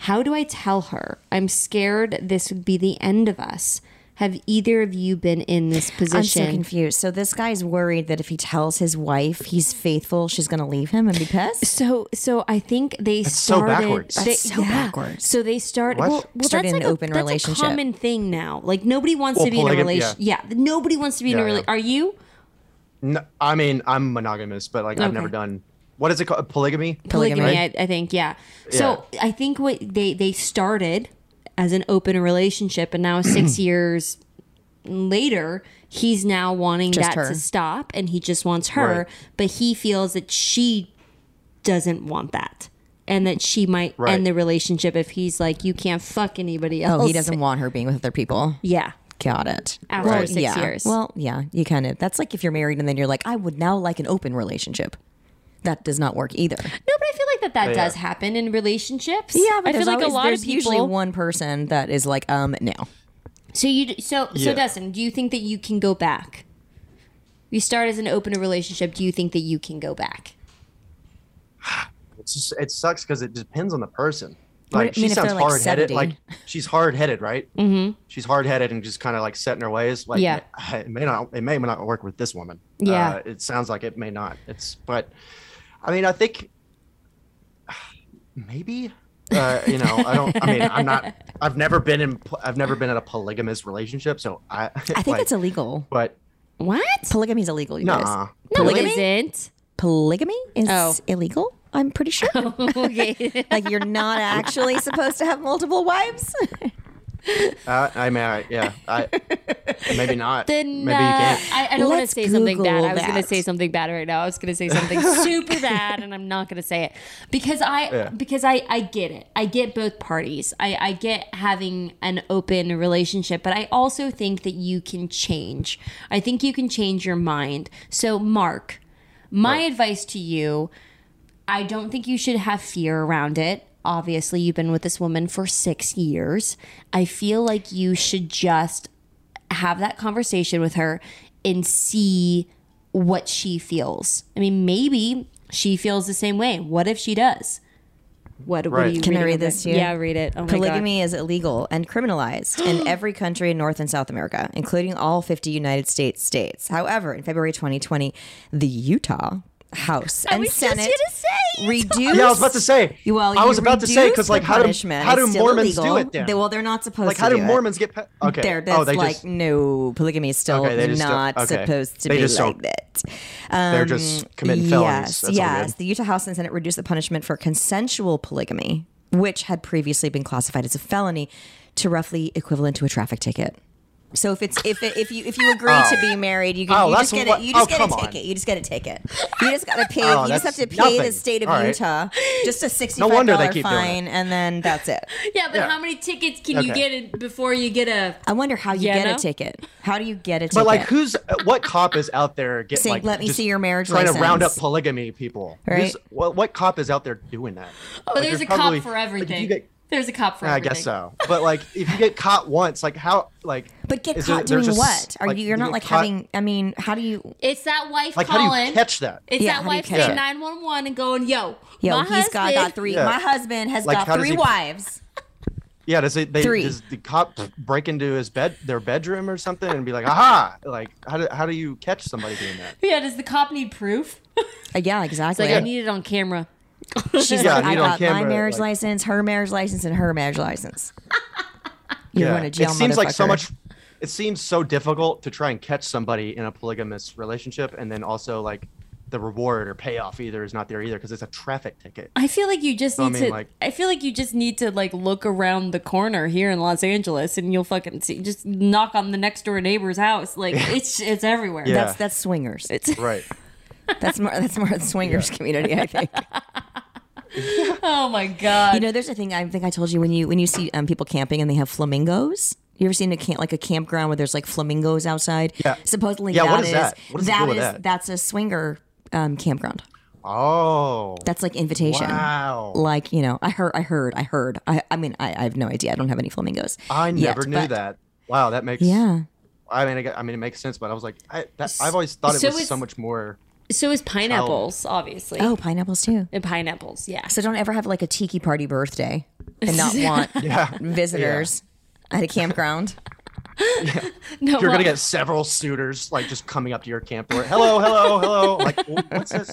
How do I tell her? I'm scared this would be the end of us. Have either of you been in this I'm so position? confused. So this guy's worried that if he tells his wife he's faithful, she's going to leave him and be pissed. so, so I think they so started. backwards. they- That's so backwards. So they start. What? Well, well, that's Started an like a- open that's relationship. A common thing now. Like nobody wants Well, to be in a polygamy, relationship. Yeah. nobody wants to be in a Yeah, relationship. yeah. Are you? No, I mean, I'm monogamous, but like I've Okay. never done. What is it called? Polygamy. polygamy, Right? I, I think yeah so i think what they they started as an open relationship and now six years later he's now wanting Just that her. to stop and he just wants her Right. but he feels that she doesn't want that and that she might Right. end the relationship if he's like you can't fuck anybody else Oh, he doesn't want her being with other people. yeah Got it. after Right. six yeah. years Well, yeah, you kind of. That's like if you're married and then you're like, I would now like an open relationship. That does not work either. no but i feel like that that Yeah. does happen in relationships i feel there's like always- a lot of there's people usually one person that is like, um, no. So you d- so so Yeah. Dustin, do you think that you can go back? You start as an open relationship. Do you think that you can go back? It's just, it sucks because it depends on the person. What- Like I mean, she if they're, sounds like, hard headed. 70. Like she's hard headed, right? Mm-hmm. She's hard headed and just kind of like set in her ways. Like Yeah. it may not it may not work with this woman. Yeah. Uh, it sounds like it may not. It's but I mean I think maybe uh, you know I don't I mean I'm not I've never been in pl- I've never been in a polygamous relationship so I I I think it's illegal. but What? Polygamy is illegal, you guys. nah No, it Polygamy? isn't. Polygamy is Oh. illegal. I'm pretty sure. okay. like you're not actually supposed to have multiple wives. uh, I mean I, yeah I maybe not Then maybe uh, you can't. I, I don't want to Let's say something bad. Google I was going to that. say something bad right now. I was going to say something super bad, and I'm not going to say it because I Yeah. because I I get it. I get both parties. I I get having an open relationship, but I also think that you can change. I think you can change your mind. So, Mark, my advice to you I don't think you should have fear around it. Obviously, you've been with this woman for six years. I feel like you should just have that conversation with her and see what she feels. I mean, maybe she feels the same way. What if she does? What, what are Right. you Can I reading read over this there? to you? Yeah, read it. Oh my God. Polygamy is illegal and criminalized in every country in North and South America, including all 50 United States states. However, in February 2020, the Utah House and was just Senate gonna say reduced. Yeah, I was about to say. You- Well, I you was about to say reduced because like the how do punishment. how do It's still Mormons illegal. do it then? They- well, they're not supposed like to how do, do it. Mormons get pa- okay? There, that's oh, they like just no polygamy is still Okay, they just don't- not okay. supposed to They be just like don't- that. they're just committing felonies. mm, Yes, That's all yes. good. The Utah House and Senate reduced the punishment for consensual polygamy, which had previously been classified as a felony, to roughly equivalent to a traffic ticket. So if it's if it, if you if you agree to be married, you, can, Oh, you just that's get what- a you just oh, get a come on. ticket. You just get a ticket. You just got to pay. Oh, you just have that's to pay the nothing. state of All right. Utah just a sixty No five wonder they dollar keep doing it. fine, and then that's it. Yeah, but Yeah. how many tickets can you Okay. Oh, get in before you get a? I wonder how you Yeah, get no? a ticket. How do you get a ticket? But like, who's uh, what cop is out there getting Saying, like? "Let me just see your marriage Trying to round up license." polygamy people. Right. Who's- What, what cop is out there doing that? Oh, Like, there's a probably- cop for like, if you everything. get- there's a cop for I everything. guess so. But like, if you get caught once, like how like? But get is caught there- doing there's what? just, Are you? You're you not get like caught- having. I mean, how do you? It's that wife Like, calling. how do you catch that? It's Yeah, that how do you wife catch saying it? 911 and going, yo, Yo, my he's got, got husband- three. Yeah. My husband has Like, got how does three he- wives. Yeah, does it, they Three. does the cop break into his bed, their bedroom or something, and be like, "Aha!" Like, how do how do you catch somebody doing that? Yeah, does the cop need proof? Uh, yeah, exactly. Like, I need it on camera. She's Yeah, like, I I need on got my camera, marriage like- license, her marriage license, and her marriage license. You're going to jail, It seems like so motherfucker. much. It seems so difficult to try and catch somebody in a polygamous relationship, and then also like the reward or payoff either is not there either because it's a traffic ticket. I feel like you just So, I need mean, to. like- I feel like you just need to like look around the corner here in Los Angeles, and you'll fucking see. Just knock on the next door neighbor's house. Like it's it's everywhere. Yeah. That's that's swingers. Right. That's more that's more the swingers community, I think. Oh my god. Oh You know, there's a thing I think I told you when you when you see um, people camping and they have flamingos. You ever seen a camp like a campground where there's like flamingos outside? Yeah. Supposedly Yeah, that what is that? What is the that deal with is- that? that's a swinger um, campground. Oh. That's like invitation. Wow. Like, you know, I heard I heard I heard. I I mean I, I have no idea. I don't have any flamingos. I yet, never knew but- that. Wow, that makes. Yeah. I mean, I, gu- I mean, it makes sense, but I was like, I, that, I've always thought it So was so it's- much more. So is pineapples, obviously. Oh, pineapples too. And pineapples, yeah. So don't ever have like a tiki party birthday and not want visitors at a campground. No, You're well, gonna get several suitors like just coming up to your camp door. Hello, hello, hello. Like, "Wh- what's this?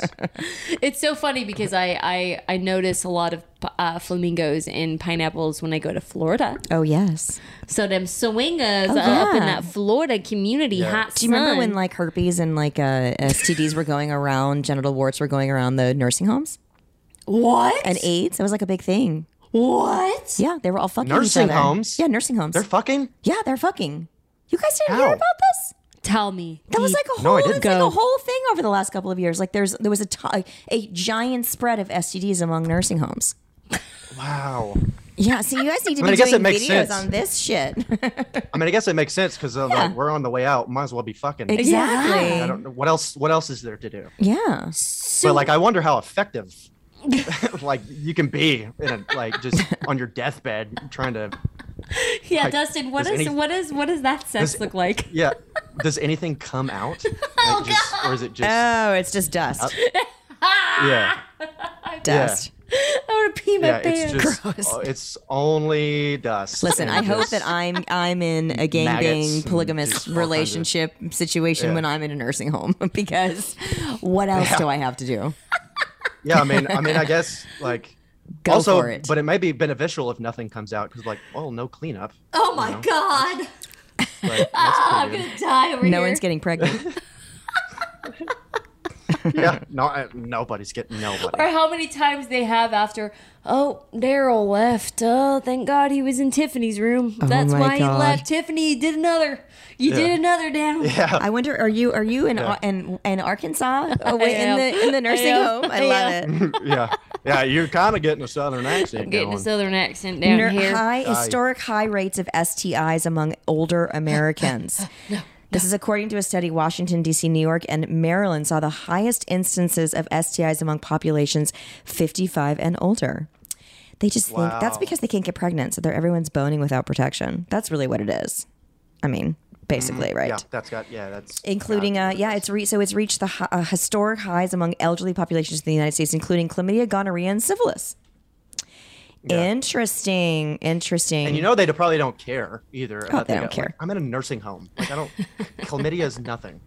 It's so funny because I I, I notice a lot of uh, flamingos and pineapples when I go to Florida. Oh yes. So them swingers Oh, are up in that Florida community hot Do you remember sun. when like herpes and like uh, STDs were going around, genital warts were going around the nursing homes what? Uh, and AIDS? That was like a big thing. what? Yeah, they were all fucking Nursing each other. homes? Yeah, nursing homes. They're fucking. yeah, they're fucking. You guys didn't hear How? about this? Tell me. That was like a No, I whole, didn't. it's like Go. a whole thing over the last couple of years. Like there's there was a t- a giant spread of STDs among nursing homes. Wow. Yeah, so you guys need to I mean, I be guess doing it makes videos sense. on this shit. I mean, I guess it makes sense because uh, like, we're on the way out. Might as well be fucking. exactly. I don't know what else. What else is there to do? Yeah. but like, I wonder how effective, like, you can be in a, like just on your deathbed trying to. yeah, Dustin. What does is any- what is what does that sex does- look like? Yeah. Does anything come out? oh, just, Or is it just? Oh, it's just dust. uh, yeah. dust. I want to pee my Yeah. pants. It's just. oh, it's only dust. Listen, and I hope just- that I'm I'm in a Maggots gangbang and polygamous just all kinds of- relationship situation when I'm in a nursing home because what else do I have to do? Yeah, I mean, I mean, I guess like. Go also, for it. but it may be beneficial if nothing comes out because, like, well, no cleanup. oh my god! Like, that's pretty gonna die over no one's getting pregnant. good. Yeah, no, I- nobody's getting nobody. Or how many times they have after? Oh, Daryl left. Oh, thank God he was in Tiffany's room. That's my why God. he left. Tiffany you did another. You did another, Daryl. Yeah, I wonder, are you are you in in, in Arkansas? Oh, wait, in am. the in the nursing am. home? I I love it. yeah, yeah. You're kind of getting a southern accent Getting a going. southern accent down Ner- here. high historic high rates of STIs among older Americans. This is according to a study Washington D.C., New York, and Maryland saw the highest instances of STIs among populations 55 and older. They just think that's because they can't get pregnant, so they're everyone's boning without protection. That's really what it is. I mean, basically, right? yeah, that's got. Yeah, that's including uh, yeah it's re- so it's reached the hi- uh, historic highs among elderly populations in the united states including chlamydia gonorrhea and syphilis interesting interesting And you know they probably don't care either. Oh, about they the- don't care. like, I'm in a nursing home. Like I don't. chlamydia is nothing.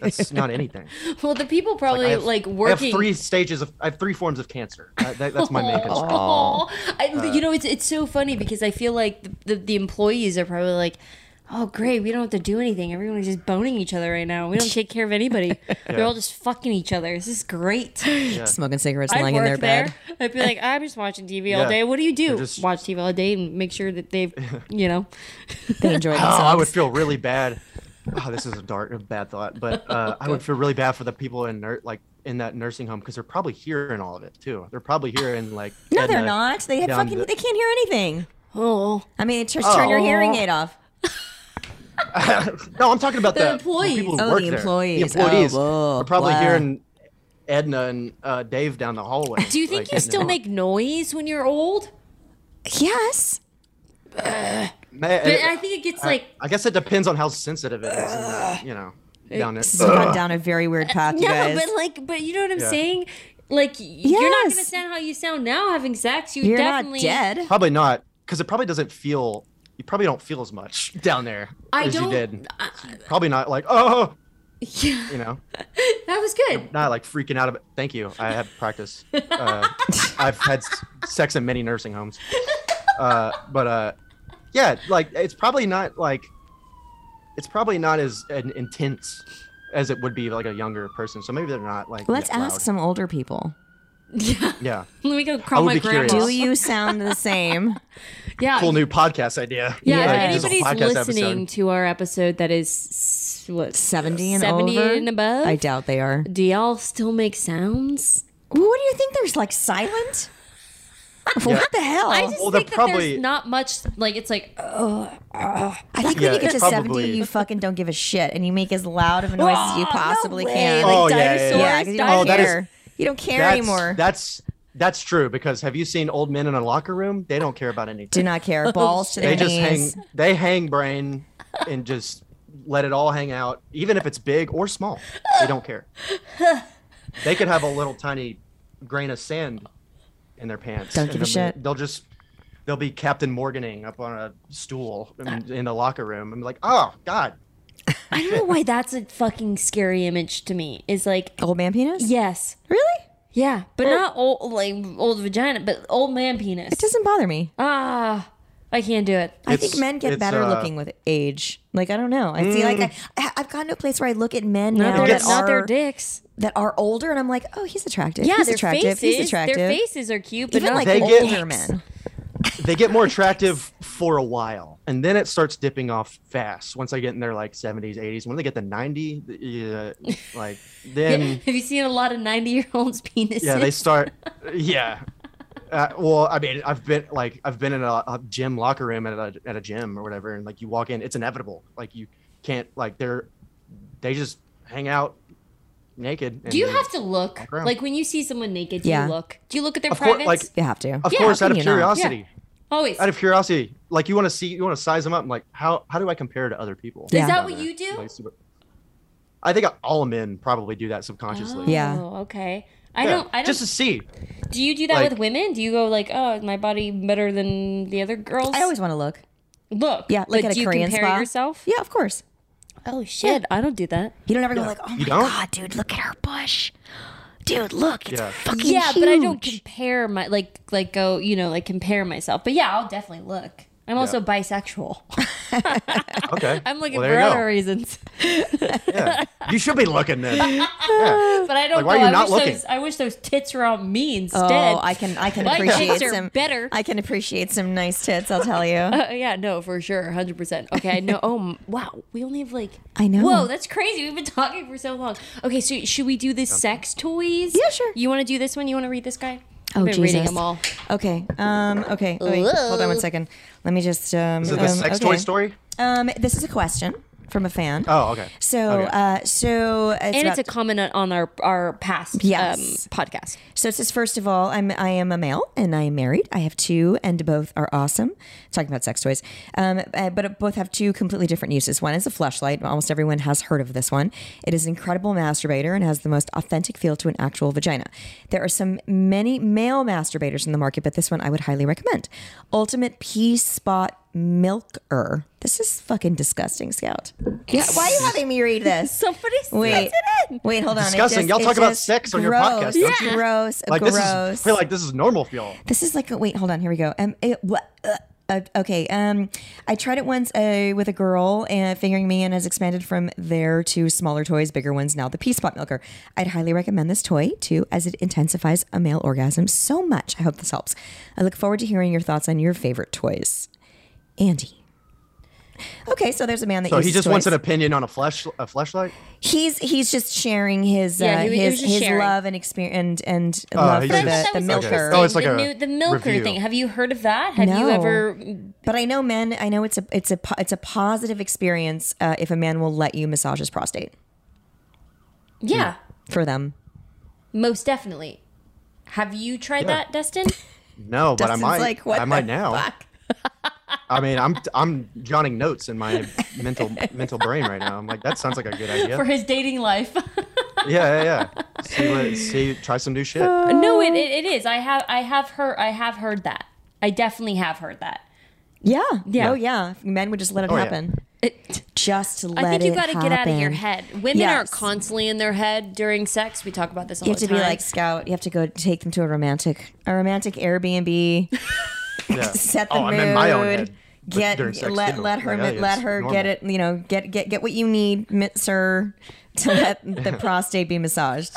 That's not anything. Well, the people probably I like, have- I working. Oh. have three stages of. I have three forms of cancer. That, that, that's my main concern. Aw. I, you know, it's it's so funny because I feel like the, the, the employees are probably like, "Oh, great, we don't have to do anything. Everyone's just boning each other right now. We don't take care of anybody. They're all just fucking each other. This is great." smoking cigarettes I lying in work their there. bed I'd be like, "I'm just watching TV all Yeah. day. What do you do? They're just- Watch TV all day and make sure that they've, you know, they enjoy Oh, themselves I would feel really bad. Oh, this is a dark, a bad thought, but uh, I would feel really bad for the people in nur- like in that nursing home because they're probably hearing all of it too. They're probably hearing like no they're Edna not they have down fucking the- they can't hear anything oh, i mean just turn your hearing aid off No, I'm talking about the, employees. people who Oh, work the there. employees. The employees. Oh, whoa, are probably wow. hearing Edna and uh, Dave down the hallway. do you think like, you Edna. still make noise when you're old? yes Ma- But I think it gets like." I guess it depends on how sensitive it is. And, uh, you know, down there. this has gone down a very weird path you No, guys but like, but you know what I'm saying? Like, y- you're not gonna Yes. sound how you sound now having sex. You you're definitely not dead Probably not, because it probably doesn't feel. You probably don't feel as much down there I as don't- uh, you did. probably not like oh. You know, That was good. not like freaking out. About, thank you. I had practice. Uh, I've had s- sex in many nursing homes. Uh, but uh, yeah, like it's probably not like it's probably not as an intense as it would be like a younger person. So maybe they're not like. let's yeah, ask loud. some older people Yeah, Let me go crawl would my be curious. grandma. do you sound the same Yeah. cool new podcast idea. yeah, Like, if just a anybody's podcast listening episode. to our episode that is s- what 70 and 70 over? and above? i doubt they are do y'all still make sounds? Well, What do you think? There's like silent. What the hell? I just Oh, Well, they're think that probably- there's not much. Like it's like I think Yeah, when you get to it's probably- 70, you fucking don't give a shit and you make as loud of a noise as you possibly can. Oh, Like, yeah, yeah, yeah. dinosaurs, yeah, 'cause you don't Oh, that is- care. you don't care that's, anymore. That's that's true because have you seen old men in a locker room? They don't care about anything. Do not care. Balls to their they just knees. hang. They hang brain and just let it all hang out, even if it's big or small. They don't care. They could have a little tiny grain of sand in their pants. Don't and give a then shit. They'll just. They'll be Captain Morganing up on a stool Uh. in, in the locker room. I'm like, oh God, I don't know why that's a fucking scary image to me. Is like Old man penis? yes, Really? yeah, but Oh. not old like old vagina, but old man penis. It doesn't bother me. ah, I can't do it. I It's- think men get it's, better uh, Mm. looking with age. Like I don't know. I see like I, I- I've gotten to a place where I look at men Not, now their, that gets- not their are dicks. that are older, and I'm like, oh, he's attractive. Yeah, he's their attractive. faces. he's attractive. Their faces are cute, but Even not like They their get- older dicks. men. they get more attractive for a while and then it starts dipping off fast once i get in their like 70s 80s when they get to 90 th- yeah, like then Have you seen a lot of ninety-year-olds penises? yeah they start yeah uh, well i mean i've been like i've been in a, a gym locker room at a, at a gym or whatever and like you walk in it's inevitable like you can't like they're they just hang out naked and Do you they- have to look? around. Like when you see someone naked, do Yeah. you look? Do you look at their Of course, privates? like- You have to. of Yeah, course how out can of you not? Yeah. curiosity Always. out of curiosity like you want to see you want to size them up and like how how do i compare to other people Is Yeah. that what you do? Like, super- I think all men probably do that subconsciously. Yeah. Oh, okay. I Yeah, don't. I don't. Just to see. do you do that like- with women? Do you go like, oh, is my body better than the other girls? I always want to look. look. Yeah, but like at a do you Korean compare spa. yourself? Yeah, of course. Oh shit! I don't do that. You don't ever go like, oh my You don't? god, dude, look at her bush. Dude, look, it's Yeah. fucking Yeah, huge. but I don't compare my like like go you know like compare myself. But yeah, I'll definitely look. I'm also bisexual. Okay. I'm looking Well, for there other you reasons, go. Yeah. You should be looking then. Yeah. but I don't. Like, why know. are you I not wish looking? Those, I wish those tits were on me instead. Oh, I can I can My appreciate tits are some better. I can appreciate some nice tits. I'll tell you. Uh, yeah, no, for sure, hundred percent. Okay, I know. Oh, m- wow, we only have like I know. Whoa, that's crazy. We've been talking for so long. Okay, so should we do the sex toys? Yeah, sure. You want to do this one? You want to read this guy? Oh, I've been reading Jesus. them all. Okay. Um. Okay. Oh, wait, hold on one second. Let me just. Um, Is it the um, sex okay. toy story? Um. This is a question from a fan. Oh, okay. So. Okay. Uh. So. It's and about- it's a comment on our our past Yes. um, podcast. So it says, first of all, I'm I am a male and I am married. I have two, and both are awesome. Talking about sex toys, um, uh, but both have two completely different uses. One is a flashlight. Almost everyone has heard of this one. It is an incredible masturbator and has the most authentic feel to an actual vagina. There are some many male masturbators in the market, but this one I would highly recommend. Ultimate P Spot Milker. This is fucking disgusting, Scout. Yeah, why are you having me read this? Somebody Wait, wait, hold on. It just- Disgusting. Y'all it talk about just- sex on your gross, podcast, don't you? Gross, Like gross. this is I feel like this is normal for y'all. This is like a, wait, hold on. Here we go. Um, it, wha- uh, uh, okay. Um, I tried it once uh, with a girl, and fingering me in has expanded from there to smaller toys, bigger ones. Now the pea spot milker. I'd highly recommend this toy too, as it intensifies a male orgasm so much. I hope this helps. I look forward to hearing your thoughts on your favorite toys, Andy. Okay, so there's a man that So he uses just wants toys. an opinion on a flesh a fleshlight? He's he's just sharing his Yeah, uh, he was- he his was just his sharing. love and experience and and love for he But I Oh, just- the, thought the that was milker. interesting. Oh, it's like the, a new- the milker review. thing. Have you heard of that? Have No. you ever? But I know men. I know it's a it's a po- it's a positive experience uh, if a man will let you massage his prostate Yeah, for them. most definitely. Have you tried that, Dustin? No, but I Dustin's might. like, what I might the now. I mean, I'm I'm jotting notes in my mental mental brain right now. I'm like, that sounds like a good idea. For his dating life. yeah, yeah, yeah. See what see try some new shit. Uh, no, it, it, it is. I have I have heard I have heard that. I definitely have heard that. Yeah. Yeah. Oh yeah. Men would just let it Oh, yeah. happen. Just let it. I think you got to happen. get out of your head. Women are Yes. constantly in their head during sex. We talk about this all You have the to time. be like scout. You have to go take them to a romantic a romantic Airbnb. Yeah. set the oh, mood. I'm in my own head. with- Get during sex, let too. let her Like, oh, yeah, let it's her normal. get it. You know, get get get what you need, mi- sir, to let the prostate be massaged.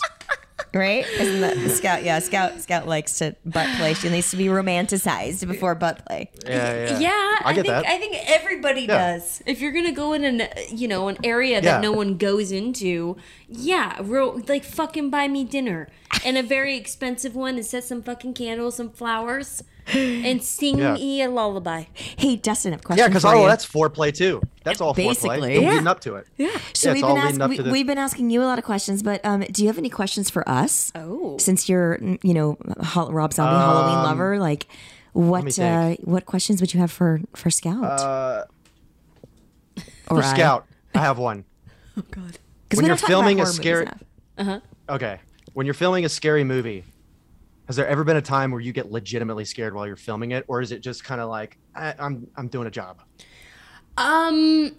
Right? Isn't that scout? Yeah, scout. Scout likes to butt play. She needs to be romanticized before butt play. Yeah, yeah. yeah, I I, get think that. I think everybody does. If you're gonna go in an uh, you know an area that Yeah. no one goes into, yeah, real, like fucking buy me dinner and a very expensive one and set some fucking candles, some flowers. and sing Yeah. me a lullaby. Hey, Dustin, I have a question Yeah, because for all you. that's foreplay too. That's all Basically. foreplay. Yeah. Yeah. Leading up to it. Yeah. So it's we've all been, leading ask, up we, to the. we've been asking you a lot of questions, but um, do you have any questions for us? Oh. Since you're, mm, you know, Hol- Rob Zombie Halloween lover, like what Um, uh, me think. Uh, what questions would you have for for Scout or For Scout, I have one. Because when you're filming a scary- Okay. When you're filming a scary movie, has there ever been a time where you get legitimately scared while you're filming it, or is it just kind of like I, I'm I'm doing a job? Um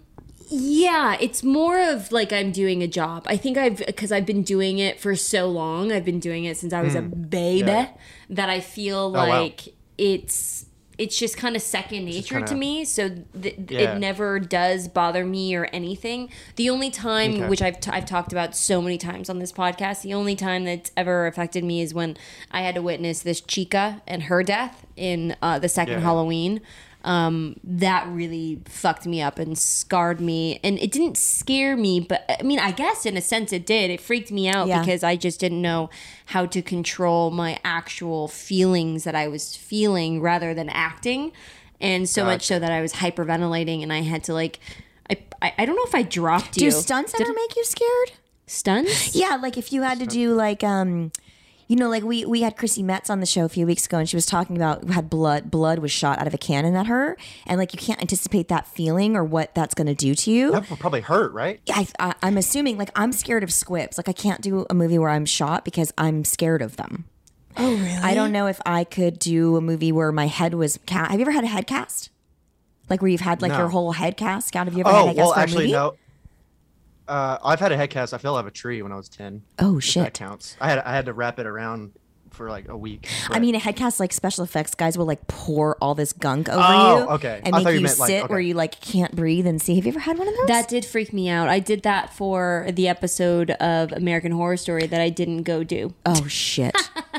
yeah, it's more of like I'm doing a job. I think I've cuz I've been doing it for so long. I've been doing it since I was a baby that I feel Hmm. Oh, wow. like it's it's just kind of second nature to kinda- me, so th- th- Yeah. it never does bother me or anything. The only time, Okay. which I've, t- I've talked about so many times on this podcast, the only time that's ever affected me is when I had to witness this chica and her death in uh, the second Yeah. Halloween that really fucked me up and scarred me and it didn't scare me but i mean i guess in a sense it did it freaked me out Yeah. because i just didn't know how to control my actual feelings that i was feeling rather than acting and so much so that i was hyperventilating and i had to like i i, I don't know if i dropped do you stunts ever make you scared? stunts Yeah, like if you had to do like um you know, like we we had Chrissy Metz on the show a few weeks ago and she was talking about had blood blood was shot out of a cannon at her and like you can't anticipate that feeling or what that's going to do to you. That would probably hurt, right? I, I I'm assuming like I'm scared of squibs. Like I can't do a movie where I'm shot because I'm scared of them. Oh really? I don't know if I could do a movie where my head was cast. Have you ever had a head cast? Like where you've had like No. your whole head cast out. Have you ever had a Oh head cast well, for a actually movie? no. Uh, I've had a head cast. I fell out of a tree when I was ten. Oh if That shit. counts. I had I had to wrap it around for like a week. I but- mean, a headcast like special effects guys will like pour all this gunk over Oh, you, okay. and I make thought you, you meant, like, sit okay. where you like can't breathe and see. Have you ever had one of those? that did freak me out i did that for the episode of american horror story that i didn't go do oh shit!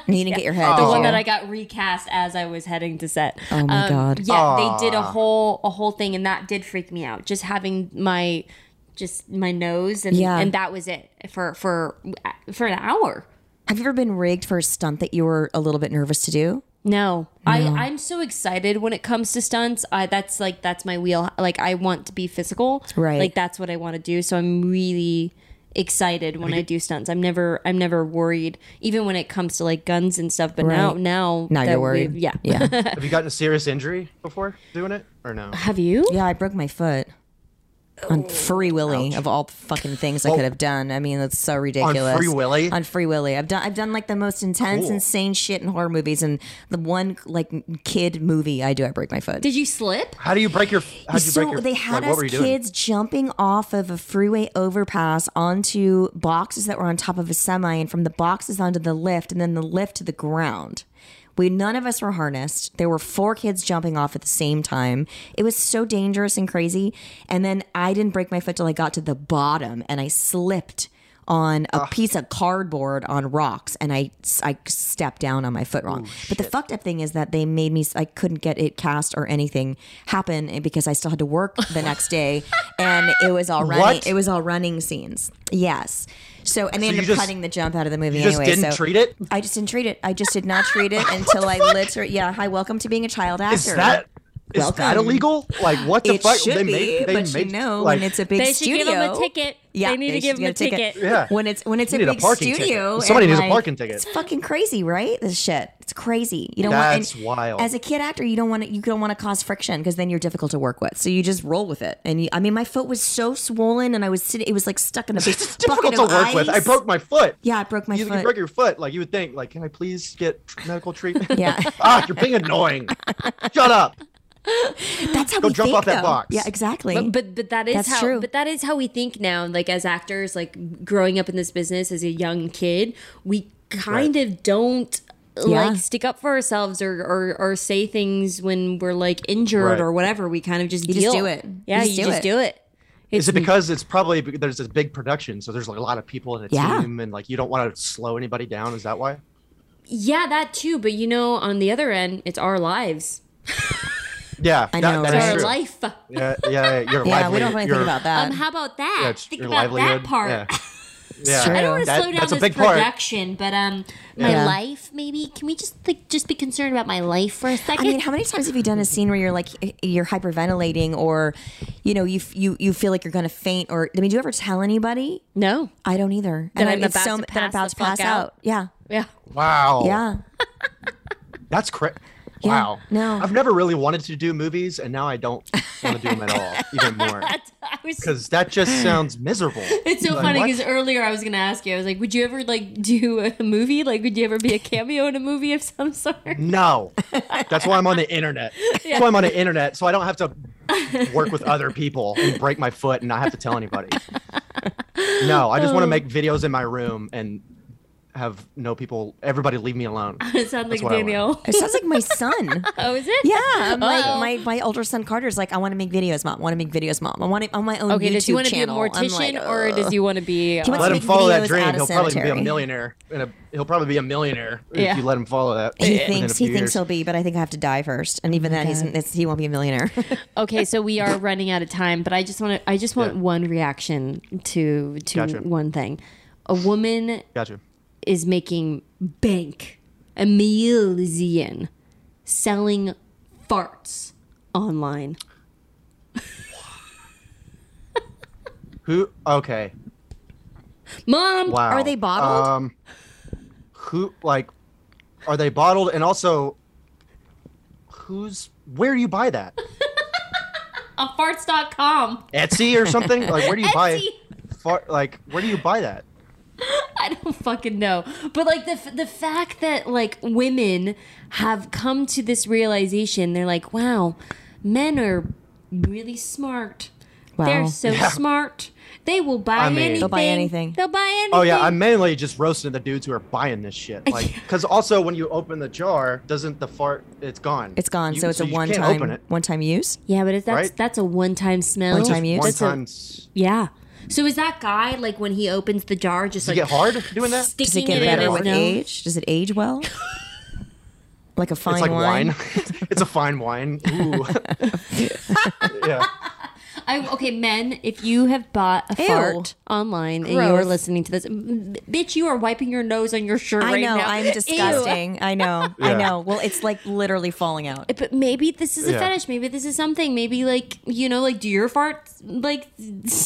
you need to get your head. the Oh. did one you? that I um, got recast as I was heading to set. Oh my God. Yeah, they did a whole a whole thing, and that did freak me out. Just having my just my nose, and Yeah. and that was it for for for an hour. Have you ever been rigged for a stunt that you were a little bit nervous to do? No, I I'm so excited when it comes to stunts. I that's like that's my wheel. Like I want to be physical. Right. Like that's what I want to do. So I'm really excited when I do stunts. I'm never I'm never worried even when it comes to like guns and stuff. But now Right. now Now that you're worried. we- Yeah. yeah, have you gotten a serious injury before doing it, or no? Have you? Mm-hmm. yeah. I broke my foot. Oh, On Free Willy, of all fucking things I could have done. I mean, that's so ridiculous. Free Willy? On Free Willy, I've done I've done like the most intense, Cool. insane shit in horror movies, and the one like kid movie I do, I break my foot. Did you slip? How do you break your? How do you so break your? they had like, what us were you doing? kids jumping off of a freeway overpass onto boxes that were on top of a semi, and from the boxes onto the lift, and then the lift to the ground. We none of us were harnessed. There were four kids jumping off at the same time. It was so dangerous and crazy. And then I didn't break my foot till I got to the bottom, and I slipped on a piece of cardboard on rocks and I, I stepped down on my foot wrong. but the fucked up thing is that they made me, I couldn't get it cast or anything happen and because I still had to work the next day and it was all running, What? it was all running scenes. Yes. So, and they ended you up just- cutting the jump out of the movie You just anyway. didn't so treat it. I just didn't treat it. I just did not treat it until I literally, yeah. Hi, welcome to being a child actor. Is that is that Welcome. illegal? Like what the it fuck? should be, but you know, like, when it's a big They should studio, give 'em a ticket. They need to should give 'em a ticket. Yeah. When it's when it's You a need a big parking ticket. studio, Somebody and, needs a like, parking ticket. It's fucking crazy, right? This shit. It's crazy. You don't want. That's and wild. As a kid actor, you don't want to, you don't want to cause friction because then you're difficult to work with. So you just roll with it. And you, I mean, my foot was so swollen, and I was sitting. It was like stuck in a big it's bucket difficult to of work with. I ice. broke my foot. Yeah, I broke my you, foot. you broke your foot. Like you would think. Like, can I please get tr- medical treatment? Yeah. ah, you're being annoying. Shut up. That's how Go we jump think, off that though. box. Yeah, exactly. But but, but that is That's how true. but that is how we think now. Like as actors, like growing up in this business as a young kid, we kind of don't Yeah. like stick up for ourselves or, or or say things when we're like injured Right. or whatever. We kind of just just deal. do it. You Yeah, just you do just it. do it. Is it because it's probably be- there's this big production, so there's like a lot of people in a Yeah. team, and like you don't want to slow anybody down? Is that why? Yeah, that too. But you know, on the other end, it's our lives. Yeah, I that- know, that right? is Our true. life. Yeah, yeah, yeah, your yeah, we livelihood- don't really your- think about that. Um, how about that? yeah, it's think your about livelihood. that part. Yeah. Yeah. I don't want to That- slow down that's a this big part. production, but um, my Yeah. life maybe. Can we just like just be concerned about my life for a I second? mean, how many times have you done a scene where you're like you're hyperventilating, or you know, you you you feel like you're gonna faint, or I mean, do you ever tell anybody? No. I don't either. That I- I'm it's about to that pass the fuck out? Yeah, Yeah. Wow. yeah. That's crazy. Yeah, Wow. no. I've never really wanted to do movies, and now I don't want to do them at all, even more. I was- Because that just sounds miserable. it's so Like, funny what? because earlier I was gonna ask you. I was like, would you ever like do a movie? Like, would you ever be a cameo in a movie of some sort? No. That's why I'm on the internet. That's why I'm on the internet, so I don't have to work with other people and break my foot and not have to tell anybody. No, I just Oh. want to make videos in my room and have no people, everybody leave me alone. it sounds like what I want. Danielle. It sounds like my son. Oh, is it? Yeah, I'm like Oh. my, my older son Carter's like I want to make videos, mom. I want to make videos, mom. I want it on my own Okay, YouTube does he want to be a channel. I'm mortician like, or ugh. does he want to be? He wants let to him make follow videos that dream. out of He'll probably be a cemetery. millionaire. And a, he'll probably be a millionaire Yeah. if you let him follow that. He within a thinks he few thinks years. he'll be, but I think I have to die first. And Oh even then, he's it's, he won't be a millionaire. Okay, so we are running out of time, but I just want to. I just want one reaction to to Gotcha. one thing. A woman Gotcha. is making bank a million selling farts online. Who? Okay. Mom, Wow. Are they bottled? Um, who like are they bottled? And also, who's where do you buy that? on farts.com. Etsy or something? Like where do you buy? Etsy. Far, like where do you buy that? I don't fucking know. But like the f- the fact that like women have come to this realization, they're like, wow, men are really smart. They're Wow. so smart. They will buy I mean- anything. They'll buy anything. They'll buy anything. Oh yeah, I'm mainly just roasting the dudes who are buying this shit. Like, because also when you open the jar, doesn't the fart? It's gone. it's gone, You- so it's a you one can't Open time it. one time use. yeah, but is that's Right? that's a one time smell. One time Just use? One That's a- time. s- Yeah. So is that guy like when he opens the jar, just Does it like get hard doing that? Does it sticking get it in better his with nose? age? Does it age well? like a fine It's like wine. wine. it's a fine wine. Ooh. yeah. I, okay, men, if you have bought a Ew. fart online and you are Gross. listening to this, m- bitch, you are wiping your nose on your shirt I right know. now. I'm Ew. disgusting. I know. I Yeah. know. Well, it's like literally falling out. But maybe this is a Yeah. fetish. Maybe this is something. Maybe like you know, like do your fart like?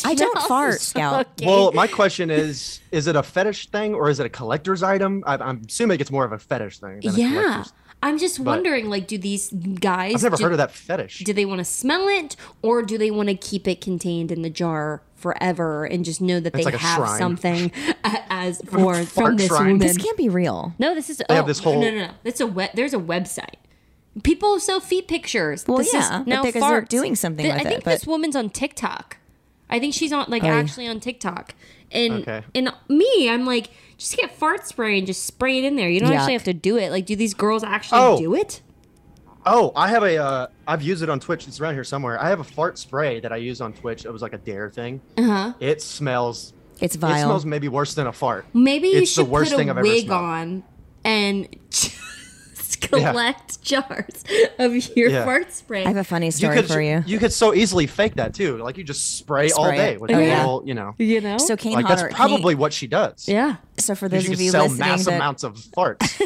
I don't smells? fart, Scout. Okay. Well, my question is: Is it a fetish thing or is it a collector's item? I, I'm assuming it's more of a fetish thing. Than a yeah. collector's. I'm just wondering, like, do these guys? I've never do, heard of that fetish. Do they want to smell it, or do they want to keep it contained in the jar forever and just know that they like a have shrine. something a- as for from this shrine. woman? This can't be real. No, this is. They oh, have this whole- No, no, no. That's a we- There's a website. People sell feet pictures. Well, this yeah, is but now because they're farts. doing something Th- with I think it, this but- Oh, woman's on TikTok. I think she's on like actually on TikTok. And Okay. and me, I'm like, just get fart spray and just spray it in there. You don't actually Yuck. have to do it. Like, do these girls actually Oh. do it? Oh, I have a. Uh, I've used it on Twitch. It's around here somewhere. I have a fart spray that I use on Twitch. It was like a dare thing. Uh-huh. It smells. It's It vile. Mm, smells maybe worse than a fart. Maybe you It's the should worst put a thing I've ever wig smelled. on and just collect jars of your Yeah. fart spray. I have a funny story could, for you. You could so easily fake that too. Like you just spray, all Spray day it. with Oh, a yeah. little, you know. you know? so Kane Like Hodder, that's Kane- probably what she does. yeah. so for She those could of you sell listening, mass that, amounts of farts.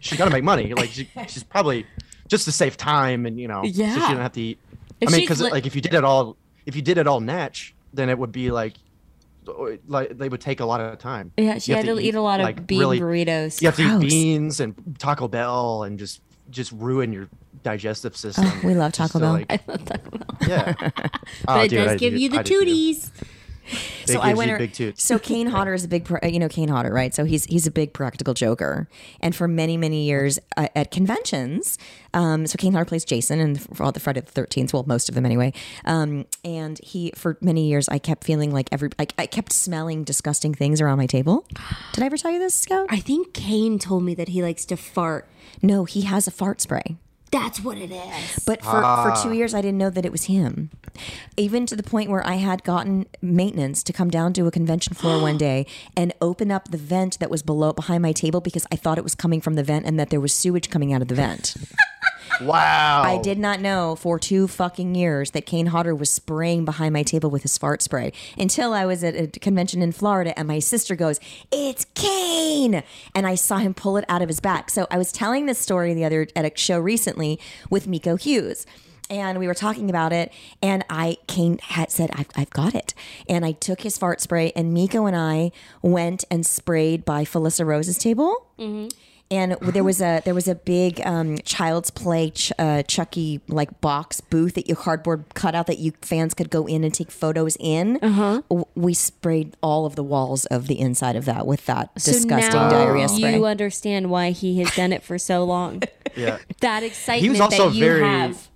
she got to make money. Like she, she's probably just to save time and you know, Yeah. so she don't have to eat. If I mean, she's because li- like if you did it all, if you did it all natch, then it would be like, like they would take a lot of time. Yeah, she You had have to eat a lot of like, bean really- burritos. You have to eat Gross. beans and Taco Bell and just just ruin your digestive Oh, system. we love Just Taco to, Bell. like- Yeah, Oh, but but it does give you the tooties. So I went. ar- big toots. So Kane Hodder is a big, pra- you know, Kane Hodder, right? So he's he's a big practical joker, and for many many years uh, at conventions, um, so Kane Hodder plays Jason and for all the Friday the Thirteenth, well, most of them anyway. Um, and he for many years, I kept feeling like every, I, I kept smelling disgusting things around my table. Did I ever tell you this, Scout? I think Kane told me that he likes to fart. No, he has a fart spray. That's what it is. But for, for two years, I didn't know that it was him. Even to the point where I had gotten maintenance to come down to a convention floor one day and open up the vent that was below behind my table because I thought it was coming from the vent and that there was sewage coming out of the vent. Wow. I did not know for two fucking years that Kane Hodder was spraying behind my table with his fart spray until I was at a convention in Florida and my sister goes, It's Kane! And I saw him pull it out of his back. So I was telling this story the other at a show recently with Miko Hughes. And we were talking about it, and I Kane had said, I've, "I've got it," and I took his fart spray, and Miko and I went and sprayed by Felissa Rose's table and there was a there was a big um, child's play ch- uh, Chucky like box booth that you cardboard cutout that you fans could go in and take photos in. Uh-huh. We sprayed all of the walls of the inside of that with that disgusting now diarrhea spray. You understand why he has done it for so long. Yeah. That excitement He was also that you very- have.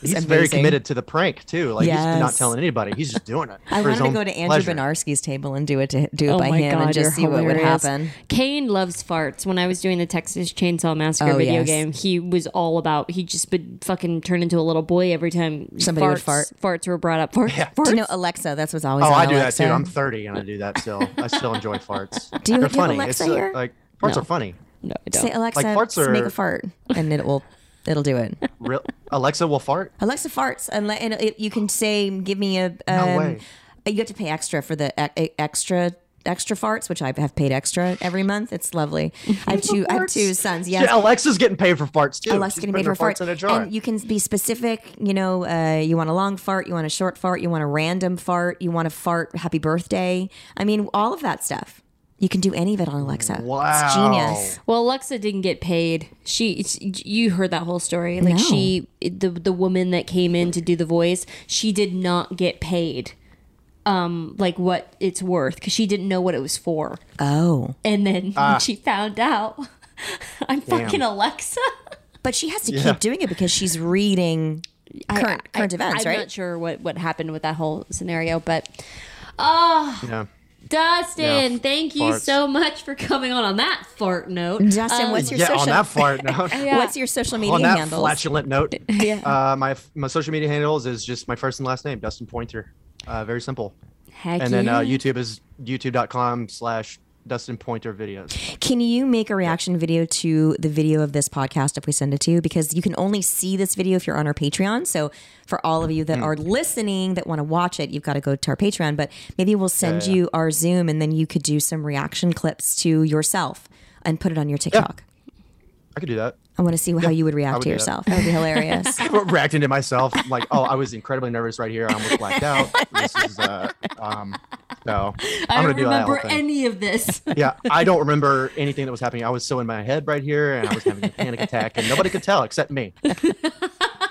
He's very amazing. committed to the prank too. Like he's not Yes. telling anybody. He's just doing it. I wanted for his to own go to Andrew pleasure. Benarski's table and do it to, do it by him and just see Oh you're what would hilarious. happen. Kane loves farts. When I was doing the Texas Chainsaw Massacre Oh, video yes. game, he was all about. He just would fucking turn into a little boy every time Somebody would farts, Farts were brought up. Farts, Do farts. you know Alexa? That's what's always. Oh, on I do that Alexa. too. I'm 30 and I do that still. I still enjoy farts. Do you- They're do you have funny. Alexa it's uh, here? like farts No. are funny. No, I Say don't. Alexa, Like, farts make are- a fart, and it will it'll do it. Real Alexa will fart. Alexa farts, and, le- and it, you can say, "Give me a." Um, way. You have to pay extra for the e- e- extra extra farts, which I have paid extra every month. It's lovely. I have two. I have two sons. Yes. Yeah, Alexa's getting paid for farts too. Alexa She's can make putting her her farts. farts in a jar. And you can be specific. You know, uh, you want a long fart, you want a short fart, you want a random fart, you want a fart, happy birthday. I mean, all of that stuff. You can do any of it on Alexa. Wow. It's genius. Well, Alexa didn't get paid. She, she you heard that whole story. Like No. she the the woman that came in to do the voice, she did not get paid um like what it's worth cuz she didn't know what it was for. Oh. And then Ah. when she found out I'm fucking Alexa. But she has to keep doing it because she's reading current, current events, I'm right? not sure what what happened with that whole scenario, but oh, Yeah. Dustin, Yeah, thank you farts. so much for coming on on that fart note. Um, Dustin, what's your Yeah, social on that fart note. Um, What's your social media on that handles? flatulent note. yeah. Uh, my my social media handles is just my first and last name, Dustin Pointer. Uh, very simple. Heck and then yeah. uh, YouTube is youtube.com slash Dustin Pointer videos. Can you make a reaction video to the video of this podcast if we send it to you? Because you can only see this video if you're on our Patreon. So for all of you Hmm. that are listening that want to watch it, you've got to go to our Patreon. But maybe we'll send you our Zoom and then you could do some reaction clips to yourself and put it on your TikTok. I could do that. I want to see how you would react would to do that. yourself. That. would be hilarious. Reacting to myself, like, oh, I was incredibly nervous right here. I almost blacked out. This is, uh, um, so I I'm don't gonna do that whole remember thing. any of this. yeah, I don't remember anything that was happening. I was so in my head right here, and I was having a panic attack, and nobody could tell except me. So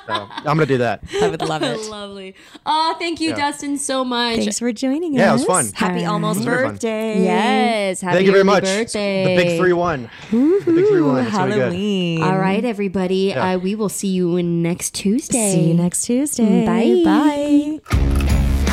I'm gonna do that. I would love it. Lovely. Oh, thank you, Dustin, so much. Thanks for joining Yeah, it us. was fun. Happy almost very fun. birthday. Yes. Happy Thank you very early much. Birthday. The big three one. The big three one. It's gonna be Halloween. good. All right, everybody. Uh, we will see you in next Tuesday. Mm, See you next Tuesday. Bye. Bye.